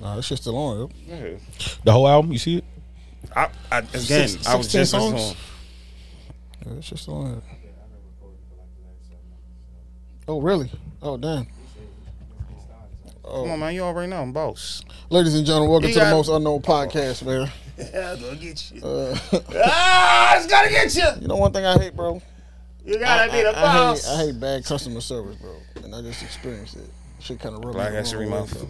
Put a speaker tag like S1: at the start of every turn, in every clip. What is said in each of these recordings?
S1: Nah, that shit's still on. Yo.
S2: Yeah.
S3: The whole album, you see it?
S2: I, I, again, I
S1: 16
S2: was just listening
S1: songs?
S2: to him.
S1: Yeah, that shit's still on. Here. Oh really? Oh damn.
S2: Come on, man. You already know I'm boss.
S1: Ladies and gentlemen, welcome
S2: You
S1: to the
S2: got-
S1: most unknown podcast, man.
S2: Yeah, I'm gonna get you.
S1: Uh,
S2: ah, it's gonna get you.
S1: you know one thing I hate, bro.
S2: You gotta be the
S1: I hate,
S2: boss.
S1: I hate bad customer service, bro, and I just experienced it. Shit kind of rubbed
S2: Black
S1: me the
S2: history
S1: wrong way,
S2: month.
S1: bro.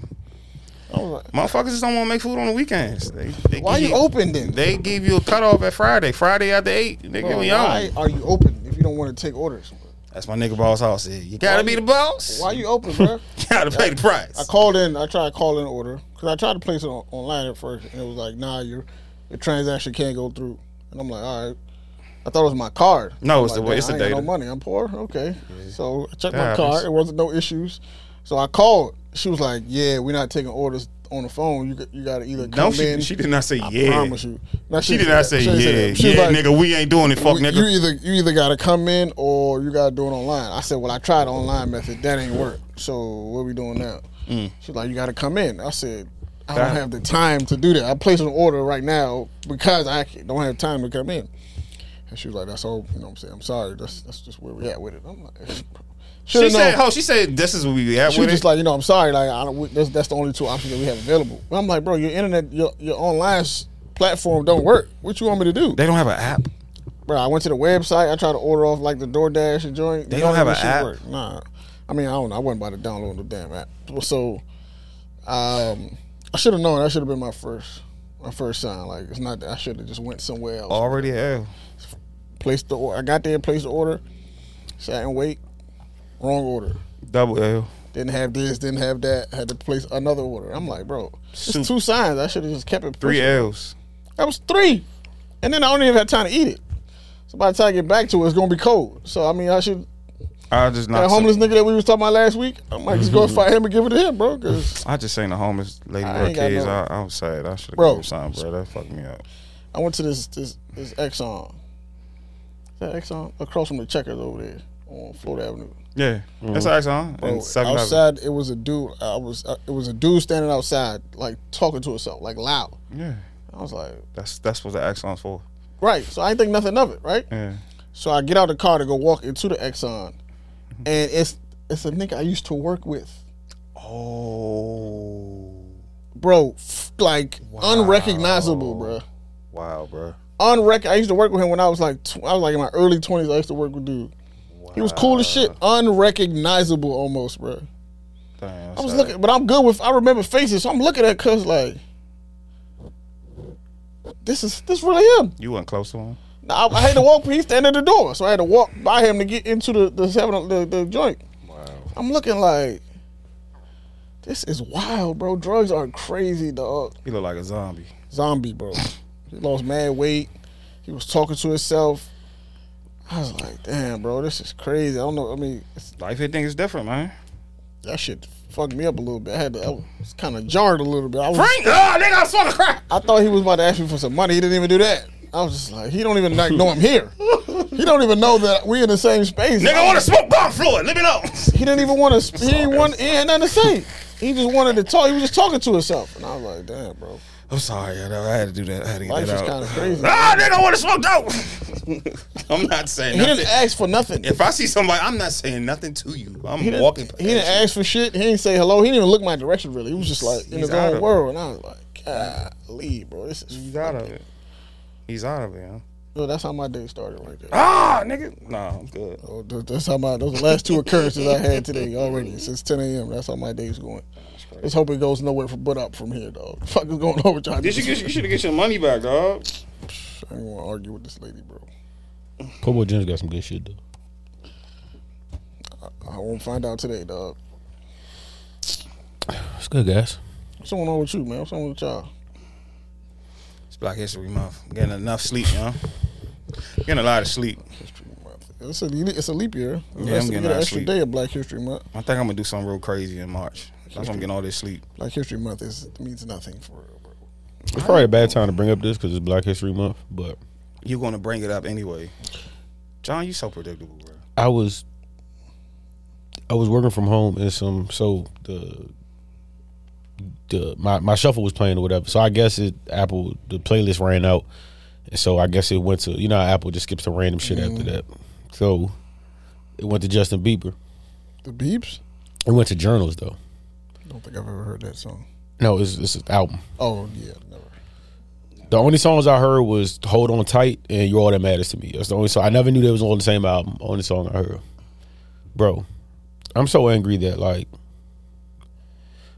S1: I was like,
S2: Motherfuckers just don't want to make food on the weekends. They, they
S1: why
S2: give
S1: you open then?
S2: They give you a cutoff at Friday. Friday after eight, they
S1: Bro,
S2: give you
S1: why
S2: on.
S1: are you open if you don't want to take orders?
S2: That's my nigga boss house. said. You gotta be the boss.
S1: Why you open, bro?
S2: You gotta pay the
S1: I
S2: price.
S1: called in. I tried to call in an order because I tried to place it on, online at first, and it was like, "Nah, your your transaction can't go through." And I'm like, "All right." I thought it was my card.
S2: No,
S1: I'm
S2: it's the
S1: like,
S2: way-
S1: "Damn,
S2: it's
S1: I
S2: the
S1: ain't got No
S2: data." Mm-hmm.
S1: money. I'm poor. Okay, so I checked my
S2: That happens.
S1: card. It wasn't no issues. So I called. She was like, "Yeah, we're not taking orders on the phone. You got- you got to either
S2: No,
S1: come
S2: she,
S1: in."
S2: she did not say
S1: I
S2: yeah.
S1: promise you. No,
S2: She did not say
S1: she didn't
S2: yeah.
S1: that. She was
S2: yeah,
S1: like,
S2: nigga, we ain't doing it. Fuck,
S1: you,
S2: nigga.
S1: you either you either gotta come in or you gotta do it online. I said, well, I tried the online method. That ain't work. So what we doing now?
S2: Mm.
S1: She's like, you gotta come in. I said, I don't
S2: That-
S1: have the time to do that. I placed an order right now because I ca- don't have time to come in. And she was like, that's all. You know what I'm saying? I'm sorry. That's that's just where we at with it. I'm like,
S2: she
S1: should
S2: said,
S1: know.
S2: "Oh, she said this is what we at
S1: She was
S2: with it."
S1: just like, you know, I'm sorry. Like, I don't, we- that's that's the only two options that we have available. But I'm like, bro, your internet, your your online s- platform don't work. What you want me to do?
S2: they don't have an app.
S1: Bro, I went to the website. I tried to order off like the DoorDash and joint.
S2: They don't have
S1: None of that
S2: a
S1: shit
S2: app?
S1: worked. Nah, I mean I don't. know. I wasn't about to download the damn app. So, um, I should have known. That should have been my first, my first sign. Like it's not. that I should have just went somewhere else.
S2: Already have.
S1: Placed the. or- I got there, placed the order, sat and wait. Wrong order.
S2: Double L.
S1: Didn't have this. Didn't have that. Had to place another order. I'm like, bro,
S2: Soup.
S1: it's two signs. I should have just kept it.
S2: Three
S1: pushing.
S2: L's.
S1: That was three. And then I don't even have time to eat it. So by the time I get back to it, it's gonna be cold. So I mean, I should
S2: I just not.
S1: that homeless nigga that we was talking about last week. I might just go find him and give it to him, bro. Cause
S2: I just seen the homeless lady
S1: I
S2: with her
S1: ain't got
S2: kids.
S1: no-
S2: I, I'm sad. I should have
S1: Bro.
S2: given her something, bro. That fucked me up.
S1: I went to this this this Exxon. Is that Exxon across from the Checkers over there on Florida Avenue.
S2: Yeah, that's our song.
S1: Mm-hmm. Bro,
S2: And second
S1: outside, it was a dude. I was uh, it was a dude standing outside, like talking to himself, like loud.
S2: Yeah,
S1: I was like,
S2: that's that's what the Exxon's for.
S1: right. So I ain't think nothing of it, right?
S2: Yeah,
S1: So I get out the car to go walk into the Exxon, and it's it's a nigga I used to work with.
S2: Oh,
S1: bro, f- like unrecognizable, bro.
S2: wow, bro.
S1: Unrec. I used to work with him when I was like, tw- I was like in my early twenties. I used to work with dude. He was cool as shit, unrecognizable almost, bro.
S2: Damn,
S1: I was looking, but I'm good with. I remember faces, so I'm looking at cuz like, this is this really him.
S2: You wasn't close to him.
S1: Now, I, I had to walk. He's standing at the door, so I had to walk by him to get into the the seven the, the joint.
S2: Wow.
S1: I'm looking like, this is wild, bro. Drugs are crazy, dog.
S2: He looked like a zombie.
S1: zombie, bro. He lost mad weight. He was talking to himself. I was like, damn, bro, this is crazy. I don't know. I mean, it's-
S2: Life here thing is different, man.
S1: that shit fucked me up a little bit. I had to, I was kind of jarred a little bit. I, was,
S2: Frank, oh nigga, I saw the crack.
S1: Ah, I thought he was about to ask me for some money. He didn't even do that. I was just like, he don't even like know I'm here. He don't even know that we in the same space.
S2: Nigga, want to smoke bomb floor? Let me know.
S1: He didn't even want to. He didn't want. He had nothing to say. He just wanted to talk. He was just talking to himself, and I was like, damn, bro,
S2: I'm sorry, I I had to do that. I had to get
S1: life is
S2: that
S1: kind
S2: out.
S1: of crazy.
S2: Ah, nigga, want to smoke dope? I'm not saying
S1: He didn't
S2: nothing.
S1: ask for nothing.
S2: If I see somebody, I'm not saying nothing to you. I'm
S1: He didn't,
S2: walking.
S1: he didn't
S2: past you.
S1: ask for shit. He didn't say hello. He didn't even look my direction really. He was just like in
S2: He's
S1: his
S2: out of
S1: own
S2: it.
S1: world, and I was like, God, leave, bro. This is
S2: He's out of it. He's out of it. Huh?
S1: No, that's how my day started right there.
S2: Ah, nigga. Nah, I'm good.
S1: So th- that's how my those are the last two occurrences I had today already since 10 a.m. That's how my day's going. Let's hope it goes nowhere from but up from here, dog. Fuck is going on with y'all?
S2: You should get, you should get your money back, dog.
S1: I ain't want to argue with this lady, bro.
S3: Kobo Jen's got some good shit though.
S1: I won't find out today, dog.
S3: It's good, guys.
S1: What's going on with you, man? What's going on with y'all?
S2: It's Black History Month. I'm getting enough sleep, you know. Getting a lot of sleep.
S1: History Month. It's a it's a leap year. That's- we
S2: Yeah, I'm getting
S1: get an
S2: out of
S1: extra
S2: sleep.
S1: day of Black History Month.
S2: I think I'm gonna do something real crazy in March. That's why I'm getting all this sleep.
S1: Black History Month is means nothing for real, bro.
S3: It's probably a bad time to bring up this because it's Black History Month, but
S2: You're gonna bring it up anyway. John, you so predictable, bro.
S3: I was I was working from home and some so the
S4: the my, my shuffle was playing or whatever. So I guess it Apple the playlist ran out, and so I guess it went to you know how Apple just skips to random shit after that. So it went to Justin Bieber.
S1: The Beeps?
S4: It went to Journals though.
S1: Don't think I've ever heard that song.
S4: No, it's it's an album.
S1: Oh yeah, never.
S4: The only songs I heard was "Hold On Tight" and "You're All That Matters to Me." That's the only song I never knew they was on the same album. Only song I heard, bro. I'm so angry that like,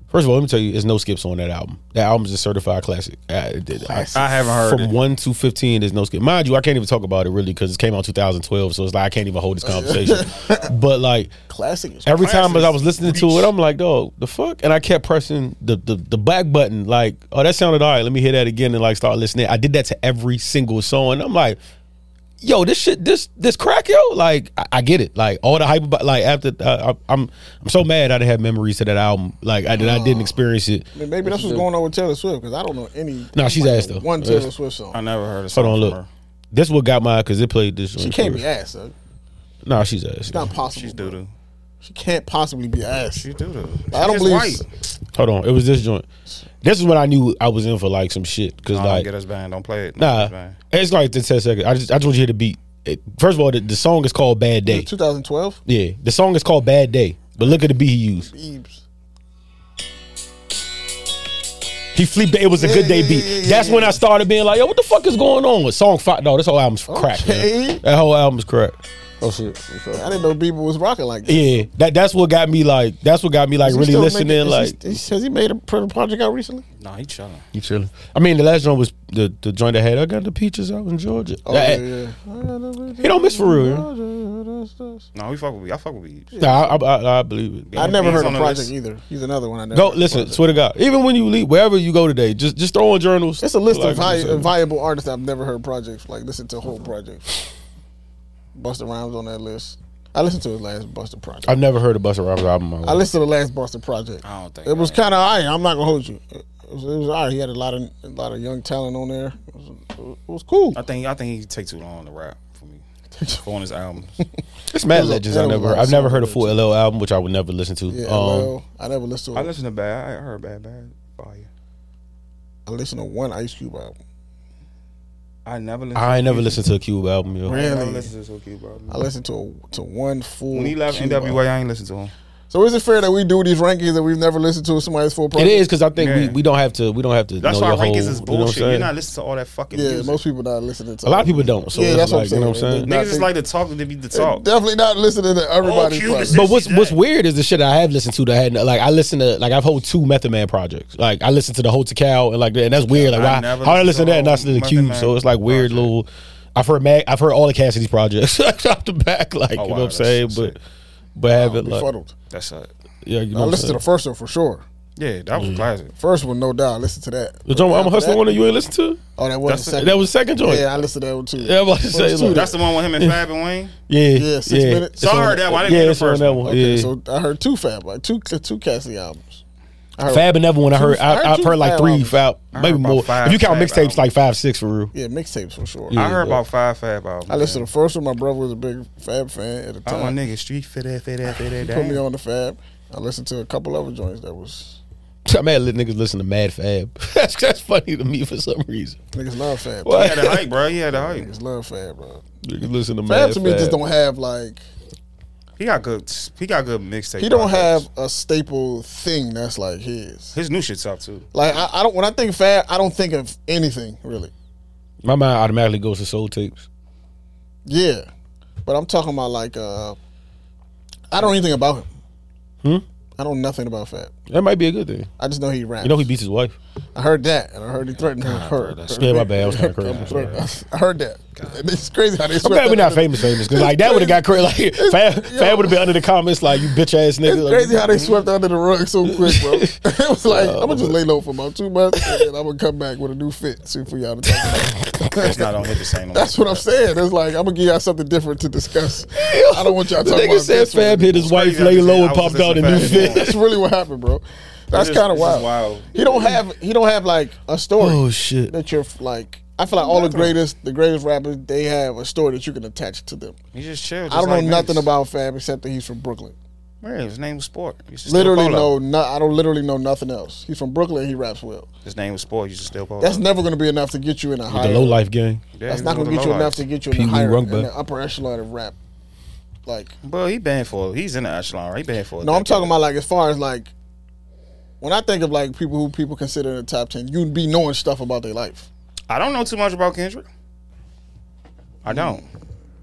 S4: first of all, let me tell you, there's no skips on that album. That album is a certified classic. I, I,
S2: I haven't heard
S4: from
S2: it.
S4: one to fifteen. There's no skip. Mind you, I can't even talk about it really because it came out in 2012, so it's like I can't even hold this conversation. but like,
S1: Classic. Is
S4: every time as I was
S2: Classes.
S4: listening to it, I'm like, dog, the fuck? And I kept pressing the, the the back button, like, oh, that sounded all right. Let me hear that again and like start listening. I did that to every single song. And I'm like, yo, this shit, this this crack, yo. Like, I, I get it. Like all the hype about, like after uh, I, I'm I'm so mad I didn't have memories to that album. Like I did, I didn't experience it.
S1: I mean, maybe that's what's going on with Taylor Swift because I don't know any.
S4: Nah, she's
S1: like,
S4: ass, though.
S1: One Taylor Swift song.
S2: I never heard a song
S4: Hold on,
S2: from
S4: look.
S2: her.
S4: That's what got my because it played this.
S1: She can't be ass. Though.
S4: Nah, she's ass.
S1: It's not possible.
S2: She's
S1: bro.
S2: doo doo.
S1: She can't possibly be ass.
S2: She's doo doo.
S1: I don't believe.
S2: White.
S4: Hold on, it was this joint. This is when I knew I was in for like some shit because
S2: Nah,
S4: like
S2: don't get us banned. Don't play it. Don't get us
S4: Nah,
S2: banned.
S4: it's like the ten seconds. I just I just want you to hear the beat. It- first of all, the, the song is called "Bad Day."
S1: 2012.
S4: Yeah, the song is called "Bad Day," but look at the beat he used.
S1: Beebs.
S4: He flipped. It was a good day
S1: yeah,
S4: beat.
S1: yeah, yeah,
S4: That's when I started being like, "Yo, what the fuck is going on with song five? No, this whole album's crack.
S1: Okay.
S4: Man. That whole album's crack.
S5: Oh shit.
S1: I didn't know Bieber was rocking like that.
S4: Yeah, that that's what got me like. That's what got me like
S1: Is he
S4: really
S1: still
S4: listening.
S1: making- is
S4: like
S1: he, is- has he made a pro- project out recently?
S2: Nah, he chilling.
S4: you chilling. I mean, the last joint was the the joint that had I got the peaches out in Georgia.
S1: Oh
S4: That-
S1: yeah, yeah.
S4: He don't miss for real. yeah.
S2: No, we fuck with. I fuck with Weebs.
S4: Nah, I, I, I- I believe it.
S1: I never
S2: He's
S1: heard
S2: on
S1: of
S2: the
S1: project
S2: list.
S1: either. He's another one I never.
S4: Go
S1: heard of
S4: listen.
S1: Project.
S4: Swear to God, even when you leave, wherever you go today, just just throw in journals.
S1: It's a list
S4: Like
S1: of vi-
S4: I'm saying.
S1: viable artists I've never heard projects. Like listen to whole projects. Buster Rhymes on that list. I listened to his last Buster project.
S4: I've never heard a Busta Rhymes album. in my
S1: I
S4: life.
S1: listened to the last Buster project.
S2: I don't think
S1: It was
S2: I-
S1: kind of alright. I'm not gonna hold you. It was, it was alright. He had a lot of a lot of young talent on there. It was, it was cool.
S2: I think I think he take too long to rap for me. For on his albums.
S4: It's mad
S1: was a-
S4: legends.
S1: that
S4: I
S1: was
S4: never.
S1: a lot
S4: Heard.
S1: of
S4: I've never
S1: songs
S4: heard a
S1: that
S4: full LL album, which I would never listen to.
S1: Yeah,
S4: um,
S1: well, I never listened to.
S2: I
S1: I,
S2: listen to bad. I heard bad bad fire.
S1: listened to one Ice Cube album.
S2: I never listened.
S4: I ain't never
S2: Cube.
S4: listened to a Cube album. Yo.
S1: Really?
S2: I never listened to this Cube album.
S1: I listened to to one full.
S2: When he left
S1: Cube
S2: NWA,
S1: album.
S2: I ain't listened to him.
S1: So is it fair that we do these rankings that we've never listened to somebody's full
S4: It
S1: project?
S4: is because I think we,
S2: Yeah.
S4: we don't have to. We don't have to.
S2: That's
S4: know
S2: why
S4: your whole,
S2: rankings is
S4: you know what I'm
S2: bullshit. You are
S4: saying?
S2: not listening to all that fucking
S1: Yeah,
S2: music.
S1: most people not listening to.
S4: a lot of people don't. So
S1: yeah, that's what I'm
S4: like,
S1: saying.
S4: You know what I'm saying?
S1: They-
S2: Niggas just like to talk to be the talk.
S1: Definitely not listening to everybody's
S2: Cube is
S1: project.
S2: just-
S4: But what's
S2: Since
S4: what's
S2: that.
S4: weird is the shit I have listened to that I had like I listened to like I've hold two Method Man projects like I listened to the Hotel Cow and like that and that's weird like
S2: I
S4: why
S2: never
S4: how I listen
S2: listened
S4: to that
S2: to
S4: and not listen to the
S2: Method
S4: Cube
S2: Man
S4: so it's like weird
S2: project.
S4: little I've heard Mag, I've heard all the Cassidy's projects off the back
S2: Oh,
S4: like you know
S2: wow,
S4: what I'm
S2: that's
S4: saying
S2: sick.
S4: but but have it like
S1: Befuddled.
S2: That's it.
S4: yeah you
S1: I
S4: know what I'm
S1: listened to
S4: saying
S1: the first one for sure.
S2: Yeah, that was classic.
S1: First one, no doubt. I listened to that.
S4: the joint I'm a
S1: After
S4: hustler
S1: that-
S4: one that you ain't listen to
S1: Oh, that was the second.
S4: that was the second joint
S1: yeah, I listened to that one too.
S4: yeah I'm about to
S1: Well,
S4: say
S1: it's two then.
S4: like,
S2: That's the one with him and Fab and Wayne.
S4: yeah
S1: Yeah, Six Minutes.
S4: It's
S2: So I
S4: on-
S2: heard that one. I didn't
S4: yeah
S2: hear the
S4: it's on
S2: first
S4: that
S2: one.
S4: one
S1: Okay,
S4: yeah
S1: so I heard two Fab, like two two Cassie albums. I heard,
S4: Fab and Evan when I heard
S1: I heard
S4: I, I've
S1: two
S4: heard like
S1: Fab
S4: three
S1: albums.
S4: Fab
S2: I heard
S4: maybe
S2: about
S4: more
S2: five
S4: if you count
S2: Fab
S4: mixtapes
S2: albums.
S4: like five six for real
S1: Yeah, mixtapes for sure.
S4: Yeah.
S2: I heard about five Fab albums.
S1: I listened to the first one. My brother was a big Fab fan at the
S2: I'm a
S1: time.
S2: nigga street fit that fit that fit that.
S1: Put me
S2: down.
S1: on the Fab. I listened to a couple other joints that was
S4: I'm mad let niggas listen to Mad Fab. that's, that's funny to me for some reason.
S1: niggas love Fab.
S2: He had a hype, bro. He had a hype.
S1: Niggas love Fab, bro.
S4: Niggas listen to
S1: Fab
S4: Mad
S1: to me just don't have like
S2: He got good. He got good mixtape.
S1: he don't
S2: projects.
S1: have a staple thing that's like his.
S2: his new shit's up too.
S1: Like I, I don't when I think Fab, I don't think of anything really.
S4: My mind automatically goes to soul tapes.
S1: Yeah, but I'm talking about like uh, I don't know anything about him.
S4: Hmm?
S1: I don't know nothing about Fab.
S4: That might be a good thing.
S1: I just know he raps.
S4: You know he beats his wife.
S1: I heard that, and I heard he threatened her. Her.
S4: Yeah, my bad. I was kind of crazy.
S1: I heard that. And it's crazy how they.
S4: I'm glad we're not famous, famous, because like that would have got crazy. Like Fab,
S1: yo.
S4: Fab would have been under the comments like you bitch ass nigga.
S1: It's
S4: Like,
S1: crazy how they swept under the rug so quick, bro. it was like
S4: Oh,
S1: I'm gonna just lay low for about two months, and then I'm gonna come back with a new fit suit for y'all to talk
S2: It's
S1: about.
S2: not on hit the same.
S1: That's what I'm saying. It's like I'm gonna give y'all something different to discuss. I don't want y'all
S4: the
S1: talking
S4: nigga
S1: about
S4: said
S1: this.
S4: Fab hit his wife,
S2: crazy
S4: lay
S2: how they
S4: low,
S2: say
S4: and
S2: I
S4: popped
S2: was
S4: out a
S2: listening to
S4: new
S2: Fab
S4: fit.
S1: That's really what happened, bro. That's
S2: This is-
S1: kind of
S2: this
S1: wild.
S2: is wild.
S1: He don't have he don't have like a story
S4: Oh shit!
S1: that you're like. I feel like all the greatest the greatest rappers they have a story that you can attach to them.
S2: He just chilled.
S1: I don't know nothing about Fab except that he's from Brooklyn.
S2: Man, his name was Sport. He used to steal
S1: Literally know
S2: polo.
S1: no, I don't literally know nothing else. He's from Brooklyn. He raps well.
S2: His name was Sport. He used to steal polo.
S1: That's never going to be enough to get you in a
S4: The
S1: higher.
S4: low life gang.
S2: Yeah,
S1: That's
S2: he
S1: not going
S2: was
S1: to
S2: with
S1: get
S2: the
S1: you
S2: Low
S1: enough
S2: Life.
S1: to get you in the
S4: Pee Wee
S1: higher, in
S4: Runkba.
S1: the upper echelon of rap. Like
S2: Bro, he banned for. He's in the echelon. Right? He banned for. a
S1: no, I'm
S2: decade.
S1: talking about like as far as like when I think of like people who people consider in the top ten, you'd be knowing stuff about their life.
S2: I don't know too much about Kendrick. I don't.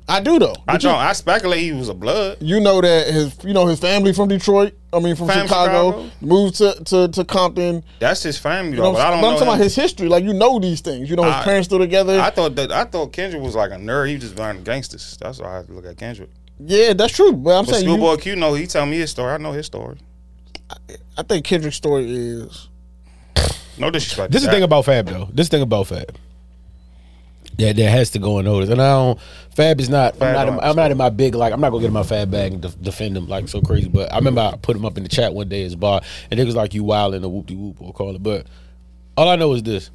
S1: I do though.
S2: I
S1: But you-
S2: don't. I speculate he was a blood.
S1: you know that his you know his family from Detroit. I mean from
S2: Fam
S1: Chicago,
S2: Chicago.
S1: moved to, to, to Compton.
S2: That's his family,
S1: You know,
S2: though. But I don't
S1: but
S2: know.
S1: I'm talking about
S2: him.
S1: his history. Like you know these things. You know his
S2: I-
S1: parents still together.
S2: I thought that I thought Kendrick was like a nerd. He was just behind gangsters. That's why I look at Kendrick.
S1: yeah, that's true. But I'm
S2: But
S1: saying you,
S2: Schoolboy Q, no, he tell me his story. I know his story.
S1: I think Kendrick's story is
S2: No disrespect.
S4: This
S2: to
S4: is the thing
S2: that.
S4: about Fab though. This thing about Fab. That that has to go unnoticed. And I don't Fab is not I'm
S2: Fab
S4: not,
S2: don't
S4: in,
S2: have
S4: I'm not in my big like I'm not gonna get in my Fab bag and def- defend him like so crazy. But I remember I put him up in the chat one day as bar and it was like you wilding a whoop de whoop or call it. But all I know is this.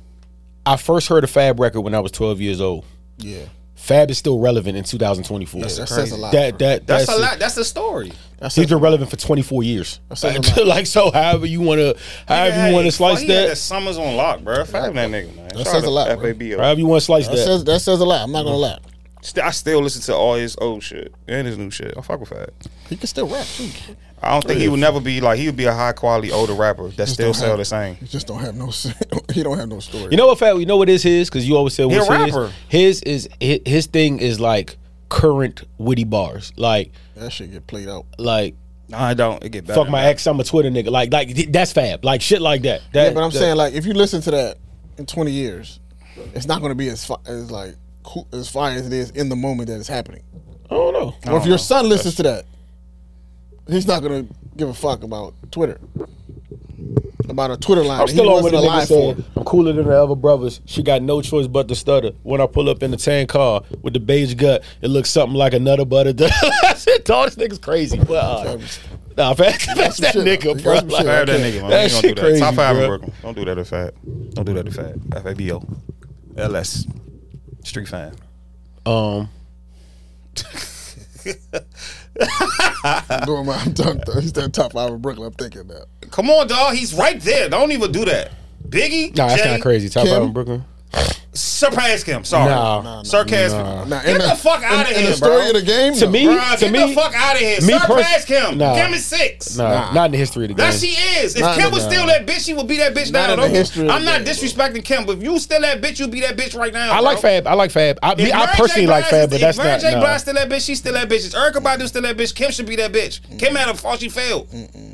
S4: I first heard a Fab record when I was twelve years old.
S1: yeah.
S4: Fab is still relevant in two thousand twenty four.
S1: That
S4: That
S1: says
S2: crazy.
S1: a lot.
S4: that
S1: bro.
S2: That's,
S4: that's
S2: a lot. That's the story.
S1: That's
S4: He's been relevant for 24 years.
S1: says a
S4: Like, like, so, however you want to, however you want to slice
S2: he Had the
S4: that,
S2: summers on lock, bro. Fab that nigga, man. Shout
S1: says
S2: out
S1: a lot,
S2: to
S1: bro.
S2: FAB.
S4: however you want to slice
S1: that
S4: that.
S1: says that says a lot. I'm not gonna lie.
S2: Mm-hmm. St- I still listen to all his old shit and his new shit. I fuck with Fab.
S1: He can still rap too.
S2: I don't think he would never be like he would be a high quality older rapper that still
S1: don't
S2: sell
S1: have-
S2: the same.
S1: He just don't have no. s- he don't have no story.
S4: You know what, Fab? You know what is his? Because you always said
S2: He a
S4: what's his.
S2: rapper.
S4: His is his, his thing is like current witty bars. Like
S1: that shit get played out.
S4: like
S2: No, I don't. It get better.
S4: fuck my ex, I'm a Twitter nigga. Like like th- that's Fab. Like shit like that. that
S1: Yeah, but I'm
S4: that-
S1: saying like if you listen to that in 20 years, it's not going to be as fi- as like cool, as fire as it is in the moment that it's happening.
S4: I don't know.
S1: Or if
S2: don't
S1: your
S2: know.
S1: son listens to that, he's not going to give a fuck about Twitter, about a Twitter line.
S4: I'm
S1: that
S4: still
S1: he
S4: on with
S1: wasn't
S4: the nigga
S1: alive for.
S4: saying I'm cooler than the other brothers. She got no choice but to stutter. When I pull up in the tan car with the beige gut, it looks something like a nutter butter. I said, "Dog, this nigga's crazy." But uh, nah, that's, that's that
S1: shit,
S4: nigga,
S1: though.
S4: bro.
S1: That's some shit.
S4: Like,
S2: Fab that
S1: Okay.
S2: nigga, man. we
S4: That
S2: ain't
S4: shit
S2: gonna do that. Top
S4: crazy,
S2: five
S4: bro.
S2: in Brooklyn. Don't do that to Fab. Don't do that to Fab. FABO. LS. Street fan.
S4: um,
S1: I'm doing my I'm done. though. He's that top five of Brooklyn. I'm thinking that.
S2: Come on, dog. He's right there. Don't even do that. Biggie.
S4: nah, that's
S2: Jay,
S4: kind of crazy. Top
S1: Kim?
S4: five in Brooklyn.
S2: Surpass him. Sorry.
S4: Nah. Nah, nah,
S2: Surpass him.
S1: Now,
S2: Get
S1: in
S2: the, fuck
S1: in-
S2: out of
S1: in
S2: here,
S1: the story
S2: bro.
S1: of the game.
S4: To
S1: though.
S4: me,
S2: Bruh,
S4: to
S2: get
S4: me,
S2: the fuck out of here.
S4: me
S2: Surpass
S4: pers-
S2: him.
S4: Nah.
S2: Give me six.
S4: Nah,
S1: Nah.
S4: not in the history of the game.
S2: Nah, she is. If
S1: Not
S2: Kim
S1: in
S2: was
S1: the-
S2: still that bitch, she would be that bitch
S1: Not
S2: now.
S1: in the
S2: Don't-
S1: history of the
S2: I'm not
S1: game, bro.
S2: disrespecting Kim, but if you still that bitch, you be that bitch right now.
S4: I
S2: bro.
S4: like Fab. I like Fab. I, me, I
S2: Mary J.
S4: personally like
S2: Blige
S4: Fab,
S2: is-
S4: but
S2: if
S4: that's
S2: Mary
S4: not.
S2: J.
S4: nah.
S2: Blige still that bitch. She's still that bitch. If Erica Badu still that bitch. Kim should be that bitch. Kim had a fall. She failed.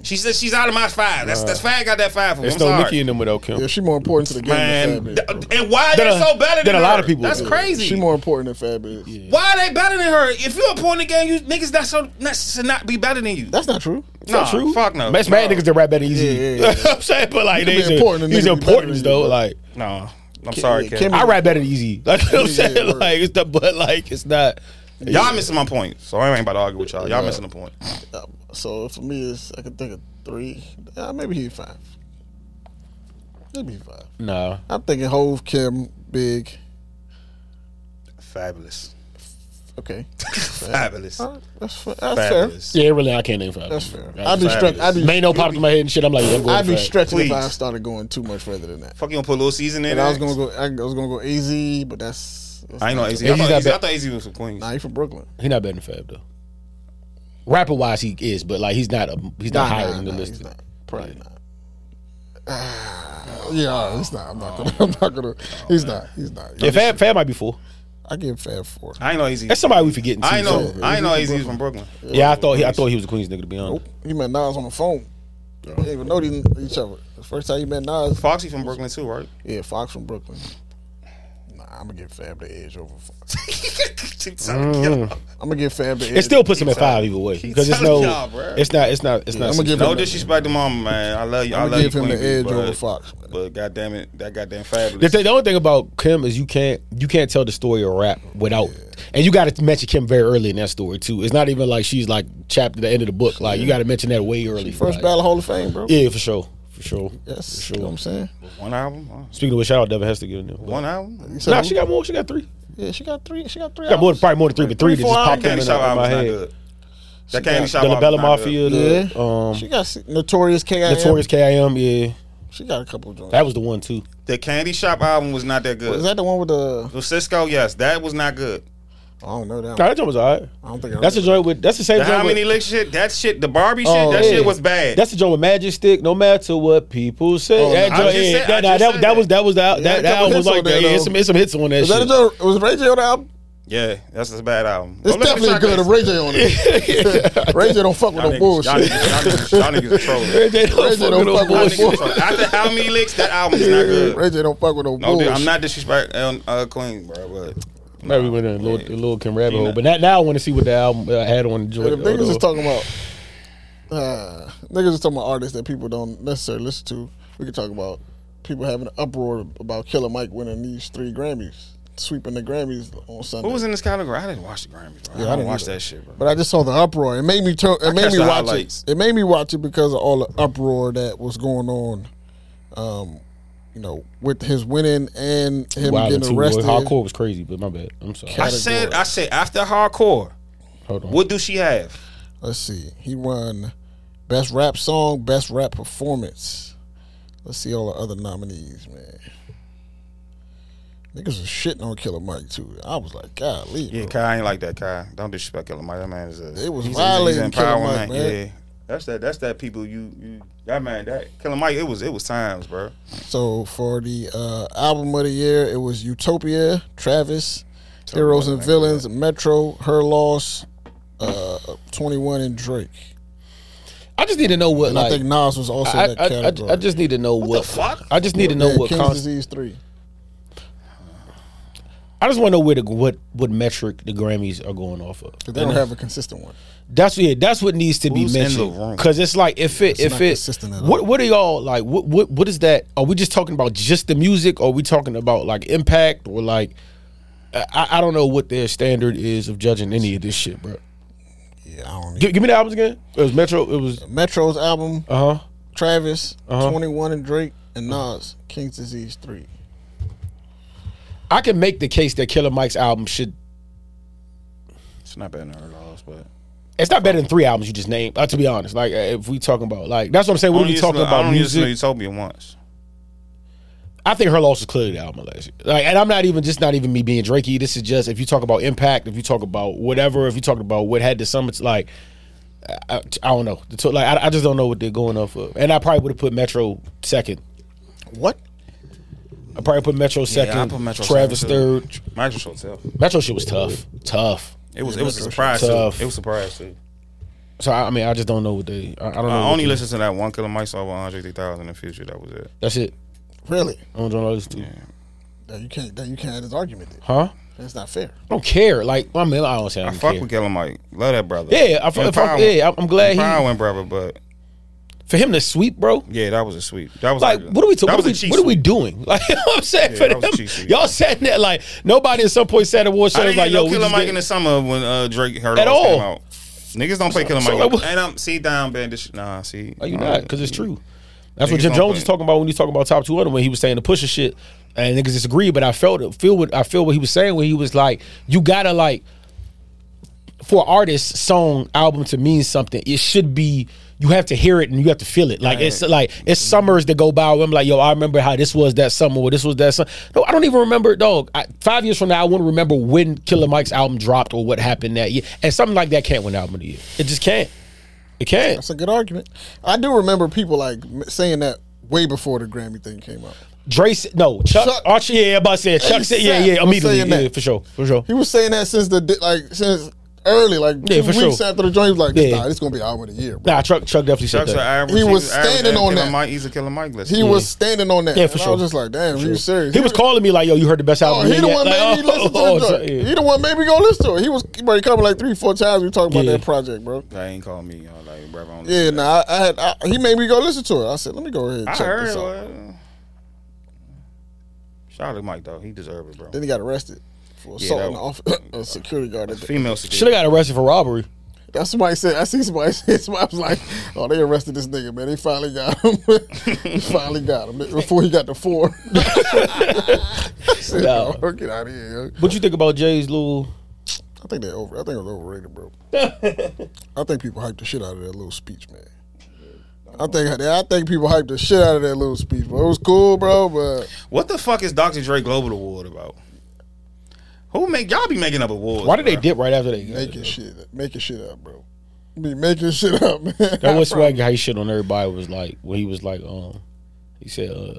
S2: She said she's out of my five. That's that's Fab got that five for me.
S4: There's
S2: I'm
S4: no
S2: sorry.
S4: Nicki in them though, Kim.
S1: yeah, she more important to the game
S2: Man,
S1: than
S2: th-
S1: Fab is. bro.
S2: and why
S4: Then
S2: they
S4: a-
S2: so better
S4: then
S2: than
S4: a lot
S2: her?
S4: of people
S2: That's
S4: do.
S2: crazy.
S1: She more important than Fab is.
S2: why are they better than her? If you're a point in the game, you niggas that so not should not be better than you.
S1: That's not true.
S2: nah,
S4: That's true.
S2: Fuck no.
S4: That's mad
S2: No.
S4: niggas that rap better easy.
S1: Yeah, yeah, yeah.
S4: I'm saying, but like,
S1: You can
S4: they
S1: be important
S4: important.
S1: and
S4: His
S1: niggas be better
S4: importance
S1: than you,
S4: though,
S1: bro.
S4: like.
S2: No, I'm sorry,
S1: yeah,
S2: Kim.
S1: Kim-
S4: I rap better than Easy. Like you know what I'm
S1: Yeah,
S4: saying,
S1: word.
S4: like it's the but like it's not.
S2: Y'all missing my point, so I ain't about to argue with y'all. Y'all missing the point.
S1: Uh, So for me, it's, I can think of three. Uh, maybe he five. Maybe he five.
S4: No,
S1: I'm thinking Hove, Kim, Big.
S2: Fabulous,
S1: Okay,
S2: fabulous,
S1: Uh, that's, fa- that's fair.
S2: fabulous.
S4: yeah, really, I can't name five.
S1: That's fair. I'd be
S2: fabulous.
S1: stretch. I'd be,
S4: Mano popped in my head and shit. I'm like, yeah, I'm going.
S1: I'd be
S4: fat.
S1: stretching if I
S2: Please.
S1: started going too much further than that.
S2: Fuck, you gonna put a little season in?
S1: And I was
S2: it?
S1: gonna go. I was gonna go AZ, but that's. that's
S2: I ain't know
S1: not-
S2: AZ. I thought
S4: AZ's not
S2: AZ, I
S4: bad.
S2: thought AZ was from Queens.
S1: Nah, he from Brooklyn.
S4: He not better than Fab though. Rapper wise, he is, but like he's not a he's not
S1: Nah,
S4: higher
S1: nah,
S4: in the
S1: nah,
S4: list.
S1: he's not. Probably not. Ah, yeah, it's not. I'm not gonna. I'm not gonna. He's not. He's not.
S4: Yeah, Fab, Fab might be four.
S1: I give Fab four.
S2: I ain't know AZ.
S4: That's somebody we forgetting. Too,
S2: I ain't know.
S4: so-
S2: I ain't know AZ was from Brooklyn.
S4: Yeah, I thought he, I thought he was a Queens nigga to be honest.
S1: He met Nas on the phone. They didn't even know these, each other. The first time he met Nas,
S2: Foxy from Brooklyn too, right?
S1: yeah, Fox from Brooklyn. Nah, I'm gonna give Fab the edge over Fox. I'm gonna give Fab the edge.
S4: It still puts him at
S2: telling-
S4: five either way
S2: he
S4: because it's
S2: telling
S4: no,
S2: y'all, bruh.
S4: it's not, it's not, it's not.
S1: I'm gonna give
S2: No
S1: him the-
S2: disrespect to Mama, man. I love you. I
S1: I'm
S2: love
S1: gonna
S2: you,
S1: give him
S2: Queen
S1: the edge
S2: but,
S1: over Fox. man.
S2: But goddamn it, that goddamn
S4: The,
S2: fabulous.
S4: thing, the only thing about Kim is you can't you can't tell the story of rap without, and you got to mention Kim very early in that story too. It's not even like she's like chapter the end of the book. Like you got to mention that way early.
S1: First
S4: like-
S1: Battle Hall of Fame, bro.
S4: yeah, for sure, for sure.
S1: Yes,
S4: for
S1: you know what
S4: sure.
S1: I'm saying.
S2: One album. huh?
S4: Speaking of which, shout out Devin Hester giving them.
S2: One album.
S1: So,
S4: Nah, she got more. She got three.
S1: yeah, she got three. She got three.
S4: Got more,
S1: albums.
S4: probably more than three, but three,
S1: Three,
S4: that
S1: four
S4: just
S1: albums.
S4: popped in
S2: Candy
S4: and
S2: Shop
S4: out of my
S2: album's not
S4: head.
S2: good. That can't be
S1: got-
S2: shot.
S4: The
S2: Wallace
S4: LaBella
S2: not
S4: Mafia,
S2: good.
S4: the
S1: Yeah.
S4: um,
S1: She got s- Notorious K.I.M.
S4: Notorious KIM, yeah.
S1: She got a couple of joints.
S4: That was the one too.
S2: The Candy Shop album was not that
S1: Is
S2: good.
S1: that the one with the?
S2: So Cisco, yes, that was not good.
S1: I don't know that. One.
S4: Nah, that joint was alright.
S1: I don't think I
S4: That's the joint with. That's the same
S2: The
S4: joint.
S2: how
S4: with-
S2: many licks shit? That shit, the Barbie shit,
S4: Oh,
S2: that
S4: yeah.
S2: shit was bad.
S4: That's the joint with Magic Stick. No matter what people say,
S1: Oh,
S4: that
S1: no. I
S4: joint,
S2: just
S4: yeah,
S2: said-
S4: that,
S2: I just
S4: that-
S2: said
S4: that was that was that
S1: Yeah,
S4: that,
S1: a
S4: that
S1: couple
S4: album
S1: hits
S4: was like
S1: on there,
S4: that. Yeah, it's
S1: though.
S4: some, it's some hits on that.
S1: Is that
S4: shit.
S1: the joint? Was Ray J on the album?
S2: yeah, that's a bad album.
S1: It's
S2: Don't let them
S1: definitely
S2: shock
S1: good.
S2: us.
S1: If Ray J on it. Ray J don't fuck with
S2: Y'all
S1: no
S2: niggas, y'all
S1: bullshit.
S2: niggas, y'all niggas, y'all niggas are trolling.
S4: Ray J don't
S1: Ray J
S4: fuck
S1: don't
S4: with no
S1: fuck with no
S2: Y'all
S4: bullshit.
S2: niggas are trolling. After how many licks, that album is not good.
S1: Ray J don't fuck with no
S2: No,
S1: bullshit.
S2: dude, I'm not disrespecting uh, uh, Queen, bro, but
S4: Maybe we went in a little, a little Kim rabbit hole,
S2: not-
S4: but now, now I want to see what the album uh, had on the joint.
S1: The niggas
S4: although.
S1: is talking about uh, niggas is talking about artists that people don't necessarily listen to. We could talk about people having an uproar about Killer Mike winning these three Grammys, sweeping the Grammys on Sunday.
S2: who was in this category? I didn't watch the Grammys, bro. I
S1: I
S2: didn't
S1: didn't
S2: watch
S1: either.
S2: that shit, bro.
S1: But I just saw the uproar. It made me turn. It made
S2: catch
S1: me
S2: the
S1: watch
S2: highlights.
S1: it. It made me watch it because of all the uproar that was going on. Um, you know, with his winning and him
S4: Wild
S1: getting
S4: too, boy.
S1: arrested.
S4: Hardcore was crazy, but my bad. I'm sorry.
S2: I
S1: Cat-
S2: said, I said, after hardcore,
S4: Hold on.
S2: what do she have?
S1: Let's see. He won best rap song, best rap performance. Let's see all the other nominees, man. Niggas was shitting on Killer Mike too. I was like, golly,
S2: Yeah,
S1: bro.
S2: Kai ain't like that, Kai. Don't disrespect Killer Mike. That man is a.
S1: They was
S2: he's- he's-
S1: violating
S2: he's in
S1: Killer
S2: power,
S1: Mike, man.
S2: Yeah, that's that. That's that. People, you, you, that man, that Killer Mike. It was, it was times, bro.
S1: So for the uh, album of the year, it was Utopia, Travis, Heroes and Villains, Metro, Her Loss, uh, Twenty One, and Drake.
S4: I just need to know what
S1: And
S4: like.
S1: I think Nas was also
S4: I,
S1: in that
S4: I- I-
S1: category.
S4: I just need to know what.
S2: the fuck?
S4: I just need to know
S1: yeah,
S4: what.
S1: King's
S4: Con-
S1: Disease three.
S4: I just want to know where the, what what metric the Grammys are going off of.
S1: 'Cause They don't have a consistent one.
S4: That's yeah. That's what needs to
S2: Who's
S4: be
S2: in
S4: mentioned
S2: the room?
S4: because it's like if it if
S1: not
S4: it
S1: consistent at
S4: what
S1: all.
S4: what are y'all like what what what is that? Are we just talking about just the music? Or are we talking about like impact or like I- I, I don't know what their standard is of judging any of this shit, bro.
S1: Yeah, I don't. Need
S4: Give, give me the albums again. It was Metro. It was
S1: Metro's album,
S4: uh huh.
S1: Travis,
S4: Uh-huh.
S1: Twenty One, and Drake, and Nas, King's Disease three.
S4: I can make the case that Killer Mike's album should.
S2: It's not better than her loss, but
S4: It's not better than three albums you just named. Uh, to be honest, like uh, if we talking about like that's what I'm saying. What are we talking
S2: I
S4: about
S2: don't
S4: music?
S2: You told me once.
S4: I think her loss is clearly the album of last year. Like, and I'm not even just not even me being Drakey. This is just if you talk about impact, if you talk about whatever, if you talk about what had the summits, like I, I don't know. The to- Like I, I just don't know what they're going off of. And I probably would have put Metro second.
S1: What?
S4: I probably put Metro second.
S2: I put Metro
S4: Travis
S2: second,
S4: third.
S2: Michael Schultz.
S4: Metro shit was tough, tough.
S2: It was,
S1: Yeah,
S2: it was a
S1: Metro
S2: surprise. Too.
S4: Tough.
S2: It was a surprise too.
S4: So I, I mean, I just don't know what they. I, I don't know.
S2: I
S4: what
S2: only
S4: they-
S2: listened to that one Killer Mike song with Andre 3000 in the future. That was it.
S4: That's it.
S1: Really?
S4: I don't know those two.
S1: No, you can't. no, You can't have this argument. There.
S4: Huh?
S1: That's not fair.
S4: I don't care. Like I mean, I don't say I
S2: I
S4: don't
S2: fuck
S4: care.
S2: with Killer Mike. Love that brother.
S4: Yeah, I, fu- I, fuck-
S2: Empowering-
S4: yeah. I'm- I'm glad he
S2: empowering brother, but
S4: for him to sweep, bro.
S2: yeah, that was a sweep. That was
S4: Like, what are we talking?
S2: That
S4: What,
S2: was
S4: are
S2: a
S4: we-
S2: cheat
S4: what are
S2: sweep.
S4: we doing? Like, you know what I'm saying
S2: Yeah,
S4: for
S2: that was a
S4: them,
S2: cheat sheet.
S4: y'all sat in there like nobody at some point sat at war show
S2: I
S4: was
S2: didn't
S4: like,
S2: know
S4: yo, we
S2: Killer
S4: just
S2: Mike in
S4: did.
S2: the summer when uh, Drake heard
S4: At
S2: all came
S4: all.
S2: out. Niggas don't play Killer
S4: so
S2: Mike.
S4: like, what-
S2: and I'm see down, man. This, nah, see.
S4: Are you
S2: nah,
S4: not? Because it's true. That's what
S2: Niggas
S4: Jim
S2: don't
S4: Jones
S2: play.
S4: was talking about when he was talking about top 200 when he was saying the pusher shit, and niggas disagreed. But I felt it. Feel what I feel what he was saying when he was like, you gotta like for artists, song, album to mean something. It should be. You have to hear it and you have to feel it. Like it's like it's summers that go by. Where I'm like, yo, I remember how this was that summer. Or this was that summer. No, I don't even remember, dog. I, five years from now, I won't remember when Killer Mike's album dropped or what happened that year. And something like that can't win album of the year. It just can't. It can't.
S1: That's a good argument. I do remember people like m- saying that way before the Grammy thing came out.
S4: Dre said, no, Chuck,
S1: Chuck-
S4: Archie, yeah, about said, Chuck said, yeah, yeah,
S1: I'm
S4: immediately,
S1: saying
S4: yeah,
S1: that.
S4: for sure, for sure.
S1: He was saying that since the di- like since early, like
S4: Yeah,
S1: two
S4: for
S1: weeks
S4: sure.
S1: after the joint. He was like,
S4: Yeah.
S1: nah, it's gonna be album of the year. Bro.
S4: Nah, Chuck, Chuck definitely said
S2: Chuck's an
S4: that.
S2: average.
S1: He was
S2: an average
S1: standing
S2: and
S1: on
S2: Killer
S1: that.
S2: Mike, he's a Killer Mike. Listen,
S1: He was standing on that.
S4: Yeah, for
S1: and
S4: sure.
S1: I was just like, damn, he was serious.
S4: He was calling me like, yo, you heard the best
S1: Oh,
S4: album.
S1: he
S4: yet?
S1: the one
S4: Like,
S1: made me listen to
S4: oh,
S1: the
S4: oh,
S1: joint.
S4: yeah.
S1: He the one made me go listen to it. He was bro, he coming like three, four times. We talked about
S4: Yeah.
S1: that project, bro.
S2: They ain't call me. Y'all like, brother. I don't
S1: Yeah,
S2: listen to
S1: nah, I, I had I, he made me go listen to it. I said, let me go ahead and
S2: that. I
S1: check
S2: heard
S1: this
S2: it.
S1: out.
S2: well, Shout out to Mike though. He deserved it, bro.
S1: Then he got arrested for
S2: Yeah,
S1: assaulting
S2: that
S1: the
S2: was-
S1: off- a security guard. That day.
S2: Female
S4: Should have
S2: security.
S4: got arrested for robbery.
S1: That's somebody said. I see somebody said. Somebody was like, "Oh, they arrested this nigga, man. They finally got him. They finally got him before he got the four. I said,
S4: No.
S1: "Dog, Get out of here. yo."
S4: What you think about Jay's little?
S1: I think they over. I think it was overrated, bro. I think people hyped the shit out of that little speech, man. I think I think people hyped the shit out of that little speech, bro. It was cool, bro, but
S2: What the fuck is Dr. Dre Global Award about? Who make y'all be making up awards?
S4: Why did they
S2: bruh?
S4: dip right after they got it?
S1: making shit, making shit up, bro. Be making shit up, man.
S4: That was swag how he shit on everybody was like when he was like um he said uh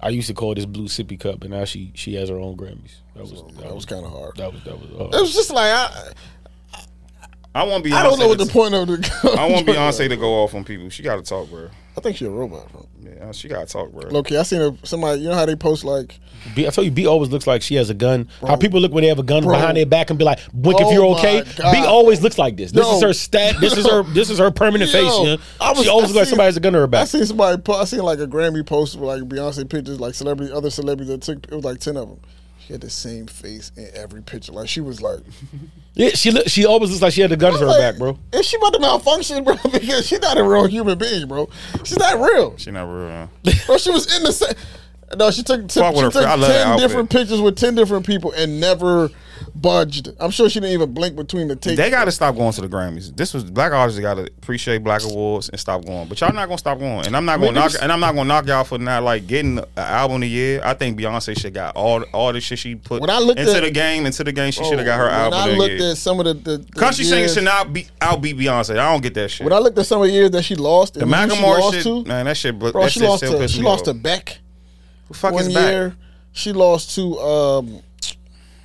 S4: I used to call this blue sippy cup and now she she has her own Grammys. That was
S1: That was kind of hard.
S4: that was that was
S1: It
S4: uh,
S1: was just like I,
S2: I want Beyonce.
S1: I don't know what
S2: to-
S1: the point of the.
S2: I want Beyonce to go off on people. She gotta talk, bro.
S1: I think she a robot, bro.
S2: Yeah, she gotta talk, bro.
S1: Low key, I seen a, somebody. You know how they post like,
S4: B, I told you B always looks like she has a gun. How people look when they have a gun
S1: Bro.
S4: behind their back and be like, "Wink
S1: Oh
S4: if you're
S1: my
S4: okay."
S1: God.
S4: B always looks like this. This is
S1: Yo.
S4: her stat. This is her this is her permanent
S1: Yo,
S4: face. Yeah.
S1: I was-
S4: she always
S1: I
S4: looks like
S1: seen-
S4: somebody has a gun to her
S1: I
S4: back.
S1: seen somebody. Po- I seen like a Grammy post with like Beyonce pictures, like celebrity, other celebrities that took. It was like ten of them. She had the same face in every picture. Like she was like,
S4: Yeah, she look, she always looks like she had a gun to her
S1: like,
S4: back, bro.
S1: Is she about to malfunction, bro? Because she's not a real human being, bro. She's not real.
S2: She not real. man.
S1: Bro, she was in the same. No, she took,
S2: Fuck with
S1: she
S2: her. I
S1: took
S2: love that
S1: ten
S2: outfit.
S1: different pictures with ten different people and never budged. I'm sure she didn't even blink between the takes.
S2: They gotta stop going to the Grammys. This was black artists gotta appreciate black awards and stop going. But y'all not gonna stop going. And I'm not gonna knock and I'm not gonna knock y'all for not like getting an album of the year. I think Beyonce should got all all the shit she put
S1: When I looked
S2: into
S1: at- Oh,
S2: the game, into the game, she should have got her
S1: when
S2: album
S1: I
S2: of
S1: looked
S2: the year.
S1: at some of the, the, the
S2: Country
S1: years-
S2: singers should not be outbeat Beyonce. I don't get that shit.
S1: When I looked at some of the years that she lost,
S2: the
S1: and who she
S2: Macklemore
S1: lost
S2: shit,
S1: to,
S2: man, that shit, bro,
S1: bro,
S2: that
S1: she
S2: shit
S1: lost
S2: still
S1: to
S2: pissed
S1: she
S2: me
S1: lost
S2: off.
S1: to Beck
S2: Who fuck
S1: one
S2: is back?
S1: year. She lost to um,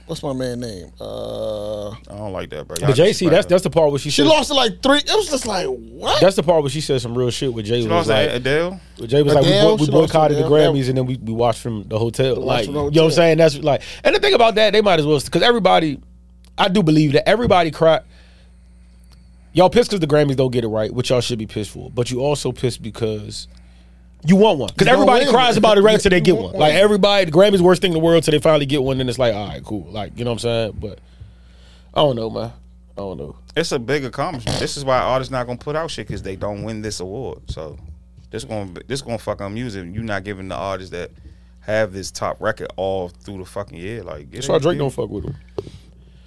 S1: what's my man name? Uh,
S2: I don't like that, bro. Y'all
S4: But JC,
S2: disrespect
S4: that's
S2: her.
S4: that's the part where she
S1: she
S4: said,
S1: lost to like three. It was just like what?
S4: That's the part where she said some real shit with Jay
S2: She
S4: was
S2: lost
S4: like,
S2: to Adele.
S4: Jay
S1: Adele,
S4: was like,
S1: she
S4: we, boy- we
S1: lost to
S4: boycotted the
S1: Adele.
S4: Grammys and then we, we watched from the hotel. Like,
S1: from
S4: you know
S1: the
S4: what I'm
S1: hotel.
S4: saying? That's like, and the thing about that, they might as well, because everybody, I do believe that everybody cry. Y'all pissed because the Grammys don't get it right, which y'all should be pissed for. But you also pissed because you want one. Because
S1: You don't
S4: everybody
S1: win.
S4: cries about it right until they
S1: You
S4: get
S1: want
S4: one.
S1: one.
S4: Like, everybody, the Grammys worst thing in the world until they finally get one. Then it's like, all right, cool. Like, you know what I'm saying? But I don't know, man. I don't know.
S2: It's a big accomplishment. This is why artists not gonna put out shit because they don't win this award. So this gonna this gonna fuck up music. You not giving the artists that have this top record all through the fucking year. Like get
S4: That's why
S2: it,
S4: Drake
S2: dude.
S4: don't fuck with him.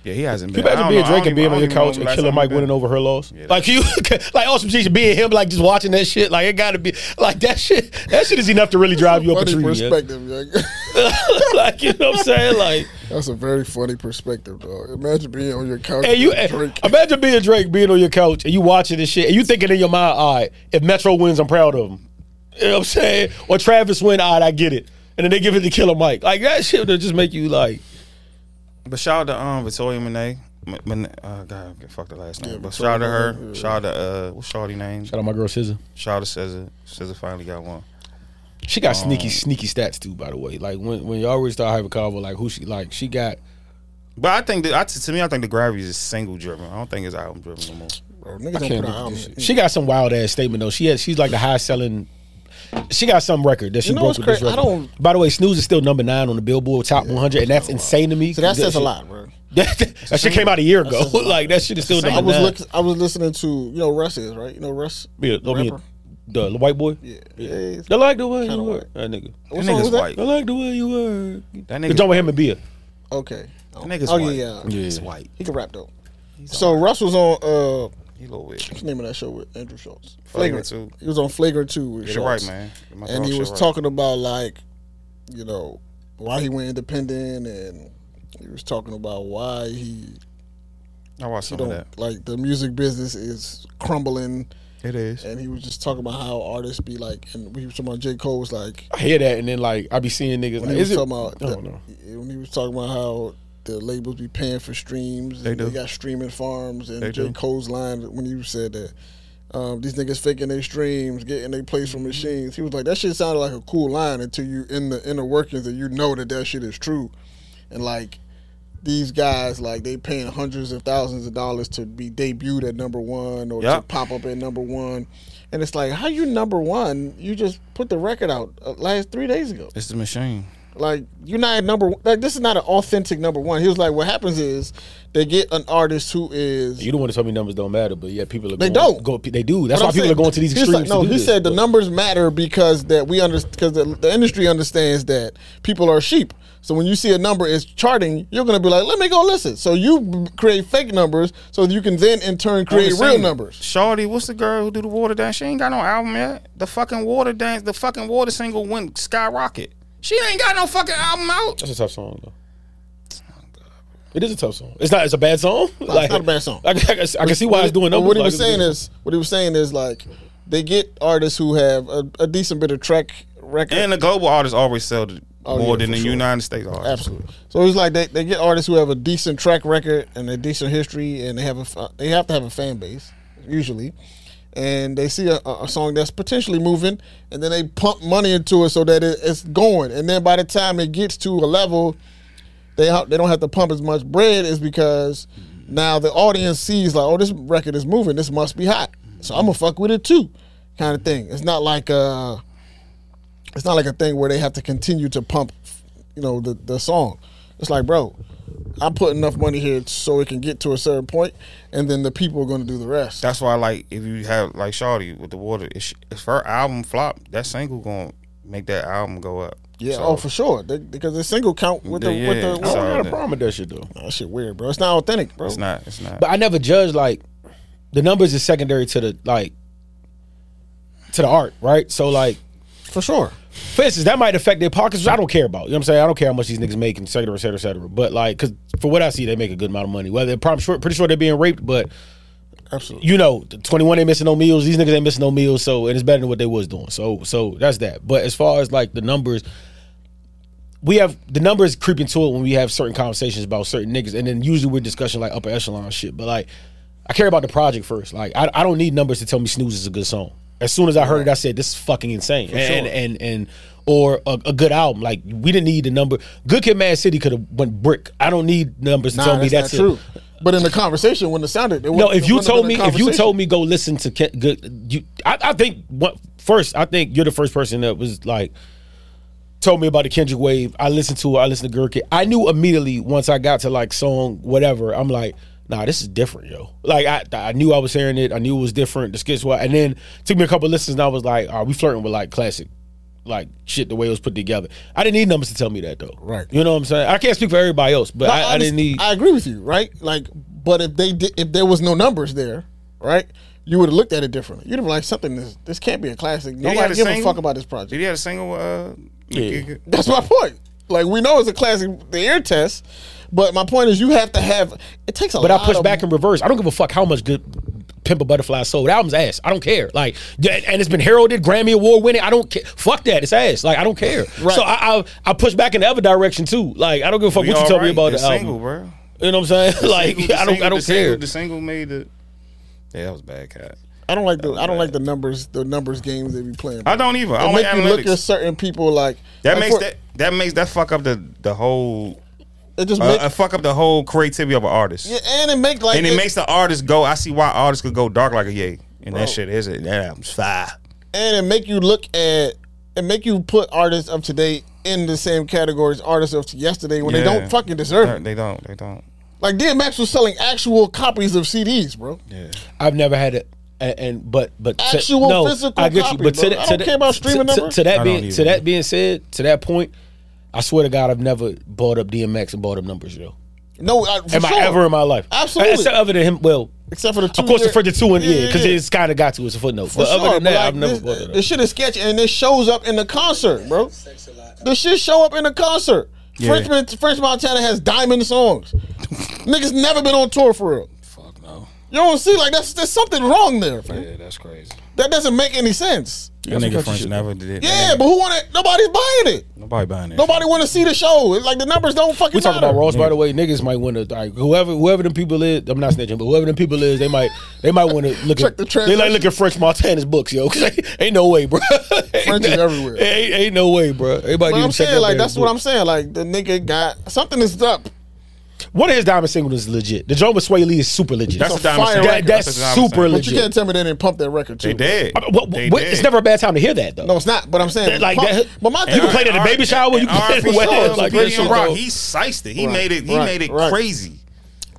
S2: Yeah, he hasn't
S4: Can
S2: been.
S4: you imagine
S2: I don't
S4: being
S2: know. I
S4: Drake
S2: don't
S4: and being
S2: even-
S4: on
S2: I
S4: your
S2: don't even
S4: couch
S2: know
S4: and
S2: the last
S4: Killer
S2: time
S4: Mike
S2: he
S4: winning
S2: been.
S4: over her loss?
S2: Yeah.
S4: Like you, like awesome G being him, like just watching that shit. Like it gotta be like that shit. That shit is enough to really drive you up a
S1: funny
S4: tree. yeah.
S1: perspective, young.
S4: like you know what I'm saying? Like,
S1: That's a very funny perspective, dog. Imagine being on your couch.
S4: and you
S1: with a drink.
S4: imagine being Drake being on your couch and you watching this shit and you thinking in your mind, all right, if Metro wins, I'm proud of him. You know what I'm saying? Or Travis win, all right, I get it. And then they give it to Killer Mike. Like that shit will just make you like.
S2: But shout out to um Victoria Monet. M- Mon- uh, God, I fuck the last name. but
S1: Victoria
S2: shout out to her.
S1: Monet, yeah.
S2: Shout out to uh, what's Shawty name?
S4: Shout out my girl SZA.
S2: Shout out to SZA. SZA finally got one.
S4: She
S2: Oh.
S4: got sneaky, sneaky stats too. By the way, like when when y'all really start having a convo, like who she like, she got.
S2: But I think that I, to me, I think the gravity is single driven. I don't think it's album driven no more.
S1: Bro, niggas don't
S4: Can't
S1: put
S4: do
S1: an album.
S4: this shit. She got some wild ass statement though. She has she's like the high selling. She got some record that she
S1: You know
S4: broke
S1: what's
S4: with this
S1: crazy? I
S4: record.
S1: don't-
S4: By the way, Snooze is still number nine on the Billboard Top 100, and that's insane to me.
S1: So that says a lot, bro.
S4: that that shit came out a year ago. like that shit is still
S1: I
S4: number
S1: was
S4: nine.
S1: look, I was listening to you know Russ is right. You know Russ.
S4: Yeah, I mean,
S1: rapper.
S4: the, the white boy.
S1: Yeah, yeah.
S4: I like the way you
S1: Kinda
S4: work,
S1: white.
S4: that nigga.
S1: What
S2: That
S1: song
S2: nigga's
S1: was that?
S2: white.
S4: I like the way you work.
S2: That
S4: The
S2: nigga,
S4: joint with him and Bia.
S1: Okay. Oh,
S2: that nigga's
S1: oh,
S2: white.
S1: yeah, yeah.
S2: He's white.
S1: He can rap though. So Russ was on uh,
S2: He a little weird.
S1: what's the name of that show with Andrew Schultz?
S2: Flagrant Two.
S1: He was on Flagrant Two with
S2: Get it
S1: Schultz,
S2: right, man. Get my
S1: and
S2: dog
S1: he
S2: shit
S1: was
S2: right.
S1: talking about like, you know, why he went independent, and he was talking about why he
S2: I watched some of
S1: don't
S2: that.
S1: like the music business is crumbling.
S2: It is.
S1: And he was just talking about how artists be like, and we was talking about J. Cole was like,
S4: I hear that, and then like I be seeing niggas.
S1: when
S4: Like,
S1: he was
S4: is it?
S1: talking about
S4: I
S1: the-
S4: don't know.
S1: when he was talking about how the labels be paying for streams.
S2: They
S1: and
S2: do.
S1: They got streaming farms and
S2: They
S1: J
S2: do.
S1: Cole's line when you said that. Um, these niggas faking their streams, getting their plays from machines. He was like, that shit sounded like a cool line until you in the inner workings and you know that that shit is true. And like these guys, like they paying hundreds of thousands of dollars to be debuted at number one or to
S2: Yep.
S1: pop up at number one. And it's like, how you number one? You just put the record out uh, last three days ago.
S2: It's the machine.
S1: Like you're not a number one. Like this is not an authentic number one. He was like, what happens is they get an artist who is.
S4: You don't want to tell me numbers don't matter, but yeah, people are
S1: They
S4: going,
S1: don't.
S4: Go, they do. That's
S1: But
S4: why
S1: I'm
S4: people
S1: saying-
S4: are going to these
S1: he's like-
S4: extremes.
S1: no,
S4: to do
S1: he
S4: this.
S1: said the numbers matter because that we understand because the, the industry understands that people are sheep. So when you see a number is charting, you're gonna be like, "Let me go listen." So you b- create fake numbers so you can then in turn create real numbers.
S2: Shawty, what's the girl who do the water dance? She ain't got no album yet. The fucking water dance, the fucking water single went skyrocket. She ain't got no fucking album out.
S4: That's a tough song though. It is a tough song. It's not. It's a bad song. like,
S1: not a bad song.
S4: I, can- I can- I can see why
S1: What
S4: it's doing
S1: he-
S4: numbers.
S1: What he
S4: like
S1: was
S4: it's a
S1: saying
S4: good-
S1: is, what he was saying is like, they get artists who have a, a decent bit of track record.
S2: And the global artists always sell th-
S1: Oh,
S2: more
S1: yeah,
S2: than
S1: for
S2: the
S1: sure.
S2: United States artists.
S1: Absolutely. So it's like they, they get artists who have a decent track record and a decent history, and they have a fa- they have to have a fan base usually, and they see a, a a song that's potentially moving, and then they pump money into it so that it, it's going, and then by the time it gets to a level, they ha- they don't have to pump as much bread is because now the audience sees like, oh, this record is moving, this must be hot, so I'm gonna fuck with it too, kind of thing. It's not like uh it's not like a thing where they have to continue to pump, you know, the, the song. It's like, bro, I put enough money here so it can get to a certain point, and then the people are going to do the rest.
S2: That's why, like, if you have like Shawty with the water, if, she, if her album flop, that single gonna make that album go up.
S1: yeah,
S2: So,
S1: oh for sure, they, because the single count with the
S2: Yeah,
S1: with the.
S2: yeah,
S4: I
S2: so-
S1: Oh,
S4: don't got a
S2: the-
S4: problem with that shit though.
S1: that shit weird, bro. It's not authentic, bro.
S2: it's not. It's not.
S4: But I never judge like the numbers is secondary to the like to the art, right? So like
S1: for sure.
S4: for instance, that might affect their pockets, which I don't care about. You know what I'm saying? I don't care how much these niggas make, and et cetera, et cetera, et cetera. But like, cause for what I see, they make a good amount of money. Well, they're probably sure, pretty sure they're being raped, but
S1: Absolutely.
S4: you know, the 21 ain't missing no meals. These niggas ain't missing no meals. So and it's better than what they was doing. So so that's that. But as far as like the numbers, we have the numbers creeping to it when we have certain conversations about certain niggas, and then usually we're discussing like upper echelon shit. But like, I care about the project first. Like, I, I don't need numbers to tell me "Snooze" is a good song. As soon as I heard it, I said, "This is fucking insane," and,
S1: sure.
S4: and and or a, a good album. Like, we didn't need the number. Good Kid, Mad City could have went brick. I don't need numbers to
S1: Nah,
S4: tell me
S1: that's,
S4: that's,
S1: not
S4: a-
S1: true. But in the conversation, when it sounded, it
S4: no,
S1: wouldn't-
S4: if
S1: it
S4: you
S1: wouldn't
S4: told
S1: have
S4: me,
S1: been a
S4: if you
S1: conversation.
S4: told me, go listen to Ken, good, you, I, I think what, first, I think you're the first person that was like, told me about the Kendrick wave. I listened to, it, I listened to Gurkha. I knew immediately once I got to like song whatever. I'm like, nah, this is different, yo. Like I, I knew I was hearing it. I knew it was different. The skits were, and then took me a couple of listens, and I was like, are we flirting with like classic? Like shit, the way it was put together. I didn't need numbers to tell me that though.
S1: Right.
S4: You know what I'm saying? I can't speak for everybody else, but
S1: No,
S4: I, I,
S1: under-
S4: didn't need.
S1: I agree with you, right? Like, but if they did, if there was no numbers there, right, you would have looked at it differently. You'd have been like, something this this can't be a classic.
S2: had
S1: Nobody
S2: a
S1: give a
S2: single?
S1: fuck about this project.
S2: Did he have a single? Uh,
S4: Yeah.
S1: That's my point. Like we know it's a classic, the ear test, but my point is you have to have. It takes a.
S4: But
S1: lot
S4: I push
S1: of-
S4: back in reverse. I don't give a fuck how much good Pimp a Butterfly sold. The album's ass. I don't care. Like, yeah, and- and it's been heralded, Grammy Award winning. I don't care. Fuck that. It's ass. Like, I don't care.
S1: Right.
S4: So I, I I push back in the other direction too. Like, I don't give a fuck
S2: We
S4: what you
S2: all
S4: tell me
S2: right.
S4: about the,
S2: the single,
S4: album.
S2: bro.
S4: You know what I'm saying? like,
S2: Single- the
S4: I don't
S2: single-
S4: I don't
S2: the single-
S4: care.
S2: the single made the. Yeah, that was a bad cat.
S1: I don't like the. I don't like the numbers. The numbers games they be playing.
S2: I don't even. I
S1: It
S2: don't like
S1: make you look at
S2: analytics.
S1: certain people like
S2: That
S1: like
S2: makes
S1: for-
S2: that that makes that fuck up the the whole
S1: It just
S2: uh,
S1: make,
S2: uh, fuck up the whole creativity of an artist.
S1: yeah, and it make like
S2: and it
S1: it's-
S2: makes the artist go. I see why artists could go dark like a yay. And that shit is it. That album's fire.
S1: and it make you look at and make you put artists of today in the same category as artists of yesterday when they
S2: Yeah.
S1: don't fucking deserve it.
S2: They don't. They don't.
S1: Like DMX was selling actual copies of CDs, bro.
S2: Yeah.
S4: I've never had it. And, and but but to-
S1: Actual physical copy, bro. I don't care about streaming
S4: to,
S1: numbers.
S4: to that
S2: I don't
S4: being to
S2: either.
S4: that being said, to that point, I swear to God, I've never bought up DMX and bought up numbers, yo.
S1: No, I, for
S4: Am I
S1: sure.
S4: ever in my life?
S1: Absolutely.
S4: Except other than him, well,
S1: Except for the two
S4: of course, the
S1: year-
S4: for the two and yeah, because
S1: yeah.
S4: it's kind of got to as a footnote.
S1: For
S4: but
S1: sure,
S4: other
S1: but
S4: than that,
S1: like,
S4: I've never
S1: this,
S4: bought it.
S1: This shit is sketchy, and it shows up in the concert, bro. The shit show up in the concert.
S2: Yeah.
S1: Frenchman, French Montana has diamond songs. Niggas never been on tour for real.
S2: Fuck no.
S1: You don't see like that's there's something wrong there. fam.
S2: Yeah, that's crazy.
S1: That doesn't make any sense.
S2: That nigga French never did it.
S1: Yeah, but who want it? Nobody's buying it.
S2: nobody buying it.
S1: Nobody want to see the show. It's like the numbers don't fucking.
S4: We talking
S1: matter.
S4: about Ross, by the way. Niggas might want to like whoever whoever them people is. I'm not snitching, but whoever them people is, they might they might want to look
S1: Check
S4: at
S1: the
S4: they like
S1: translation.
S4: look at French Montana's books, yo. 'cause ain't no way, bro.
S1: French is everywhere.
S4: Ain't, ain't no way, bro. Everybody.
S1: But
S4: need
S1: I'm
S4: to check
S1: saying
S4: out
S1: like
S4: their
S1: that's what I'm
S4: books.
S1: saying. Like the nigga got something is up.
S4: One of his diamond singles is legit. The Joe Sway Lee is super legit.
S2: That's
S1: It's
S2: a
S1: a
S2: diamond.
S1: fire
S2: single.
S1: record.
S4: That's
S2: a diamond
S4: super
S2: single.
S1: But you
S4: Legit.
S1: can't tell me they didn't pump that record too.
S2: They did.
S4: I mean, what-
S2: They
S4: what-
S2: did.
S4: it's never a bad time to hear that though.
S1: No, it's not. But I'm saying
S4: Like
S1: pump-
S4: that-
S1: But my
S4: You
S1: thing
S4: can play it at the
S2: R-
S4: baby shower, you can
S2: and
S4: play
S2: R&B
S4: it at
S2: songs,
S4: the wedding, like,
S2: Play
S4: that
S2: on
S4: shit
S2: rock.
S4: dope.
S2: He siced it. He
S1: Right,
S2: made it. He
S1: right,
S2: made it
S1: right.
S2: crazy.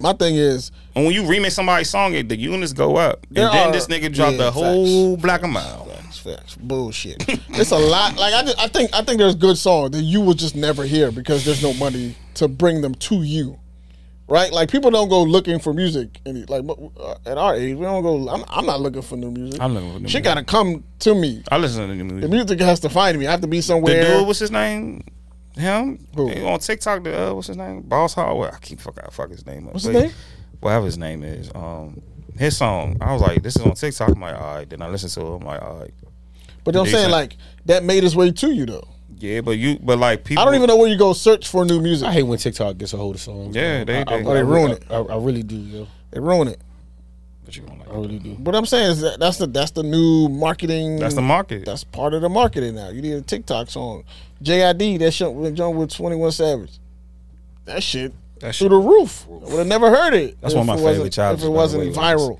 S1: my thing is
S2: And when you remix somebody's song, it, the units go up. And
S1: There
S2: then
S1: are-
S2: this nigga dropped
S1: yeah,
S2: the whole black and mild.
S1: Facts, facts. Bullshit. it's a lot. Like I, just, I think, I think there's good songs that you will just never hear because there's no money to bring them to you, right? Like people don't go looking for music, and like mo- uh, at our age, we don't go. I'm, I'm not looking for new music.
S2: I'm looking for new
S1: Shit
S2: music.
S1: gotta come to me.
S2: I listen to the music.
S1: The music has to find me. I have to be
S2: The
S1: somewhere.
S2: dude, what's his name? Him
S1: Who?
S2: He on TikTok? The uh, what's his name? Boss Hardwell. I keep fuck I fuck his name up.
S1: What's his
S2: But
S1: name?
S2: Whatever his name is. Um, his song. I was like, this is on TikTok. I'm like, all right. Then I listen to it. I'm like, all right.
S1: but you know what I'm saying
S2: Decent.
S1: like that made its way to you though.
S2: Yeah, but you, but like people.
S1: I don't even know where you go search for new music.
S4: I hate when TikTok gets a hold of songs.
S2: Yeah,
S4: man.
S2: they-
S4: I- I-
S2: they-
S4: I-
S1: they ruin it.
S4: I, I really do, yo.
S1: They ruin it.
S2: But you don't like
S4: I really do.
S1: What I'm saying is that that's the that's the new marketing.
S2: That's the market.
S1: That's part of the marketing now. You need a TikTok song. JID, that shit with John with 21 Savage. That shit through
S2: That shit-
S1: the roof. Would have never heard it.
S2: That's
S1: if
S2: one of my
S1: it wasn't-
S2: favorite childish,
S1: If it
S2: by the way,
S1: wasn't
S2: was-
S1: viral.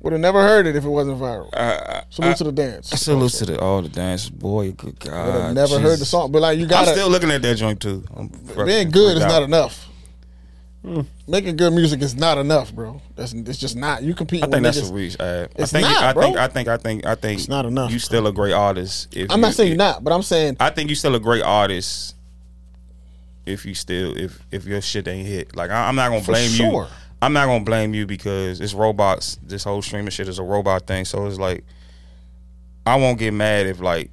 S1: Would have never heard it if it wasn't viral.
S2: I,
S1: Salute to the dance.
S2: I salute to the all the dancers. Boy, good God.
S1: Would have never heard the
S2: Jesus.
S1: song. But like you
S2: I'm
S1: gotta
S2: still looking at that joint too. I'm
S1: being
S2: fucking
S1: good is
S2: freaked
S1: not
S2: out.
S1: enough. Making good music is not enough, bro. That's it's just not. You compete
S2: I
S1: with
S2: think that's
S1: niggas.
S2: a reach. I, I
S1: It's
S2: think.
S1: not,
S2: I
S1: bro.
S2: think. I think. I think. I think. It's
S1: not enough.
S2: You still a great artist. If
S1: I'm
S2: you,
S1: not saying
S2: if-
S1: you're not, but I'm saying
S2: I think you still a great artist if you still if if your shit ain't hit. Like I, I'm not gonna blame
S1: sure.
S2: you. I'm not gonna blame you because it's robots. This whole streaming shit is a robot thing. So it's like I won't get mad if like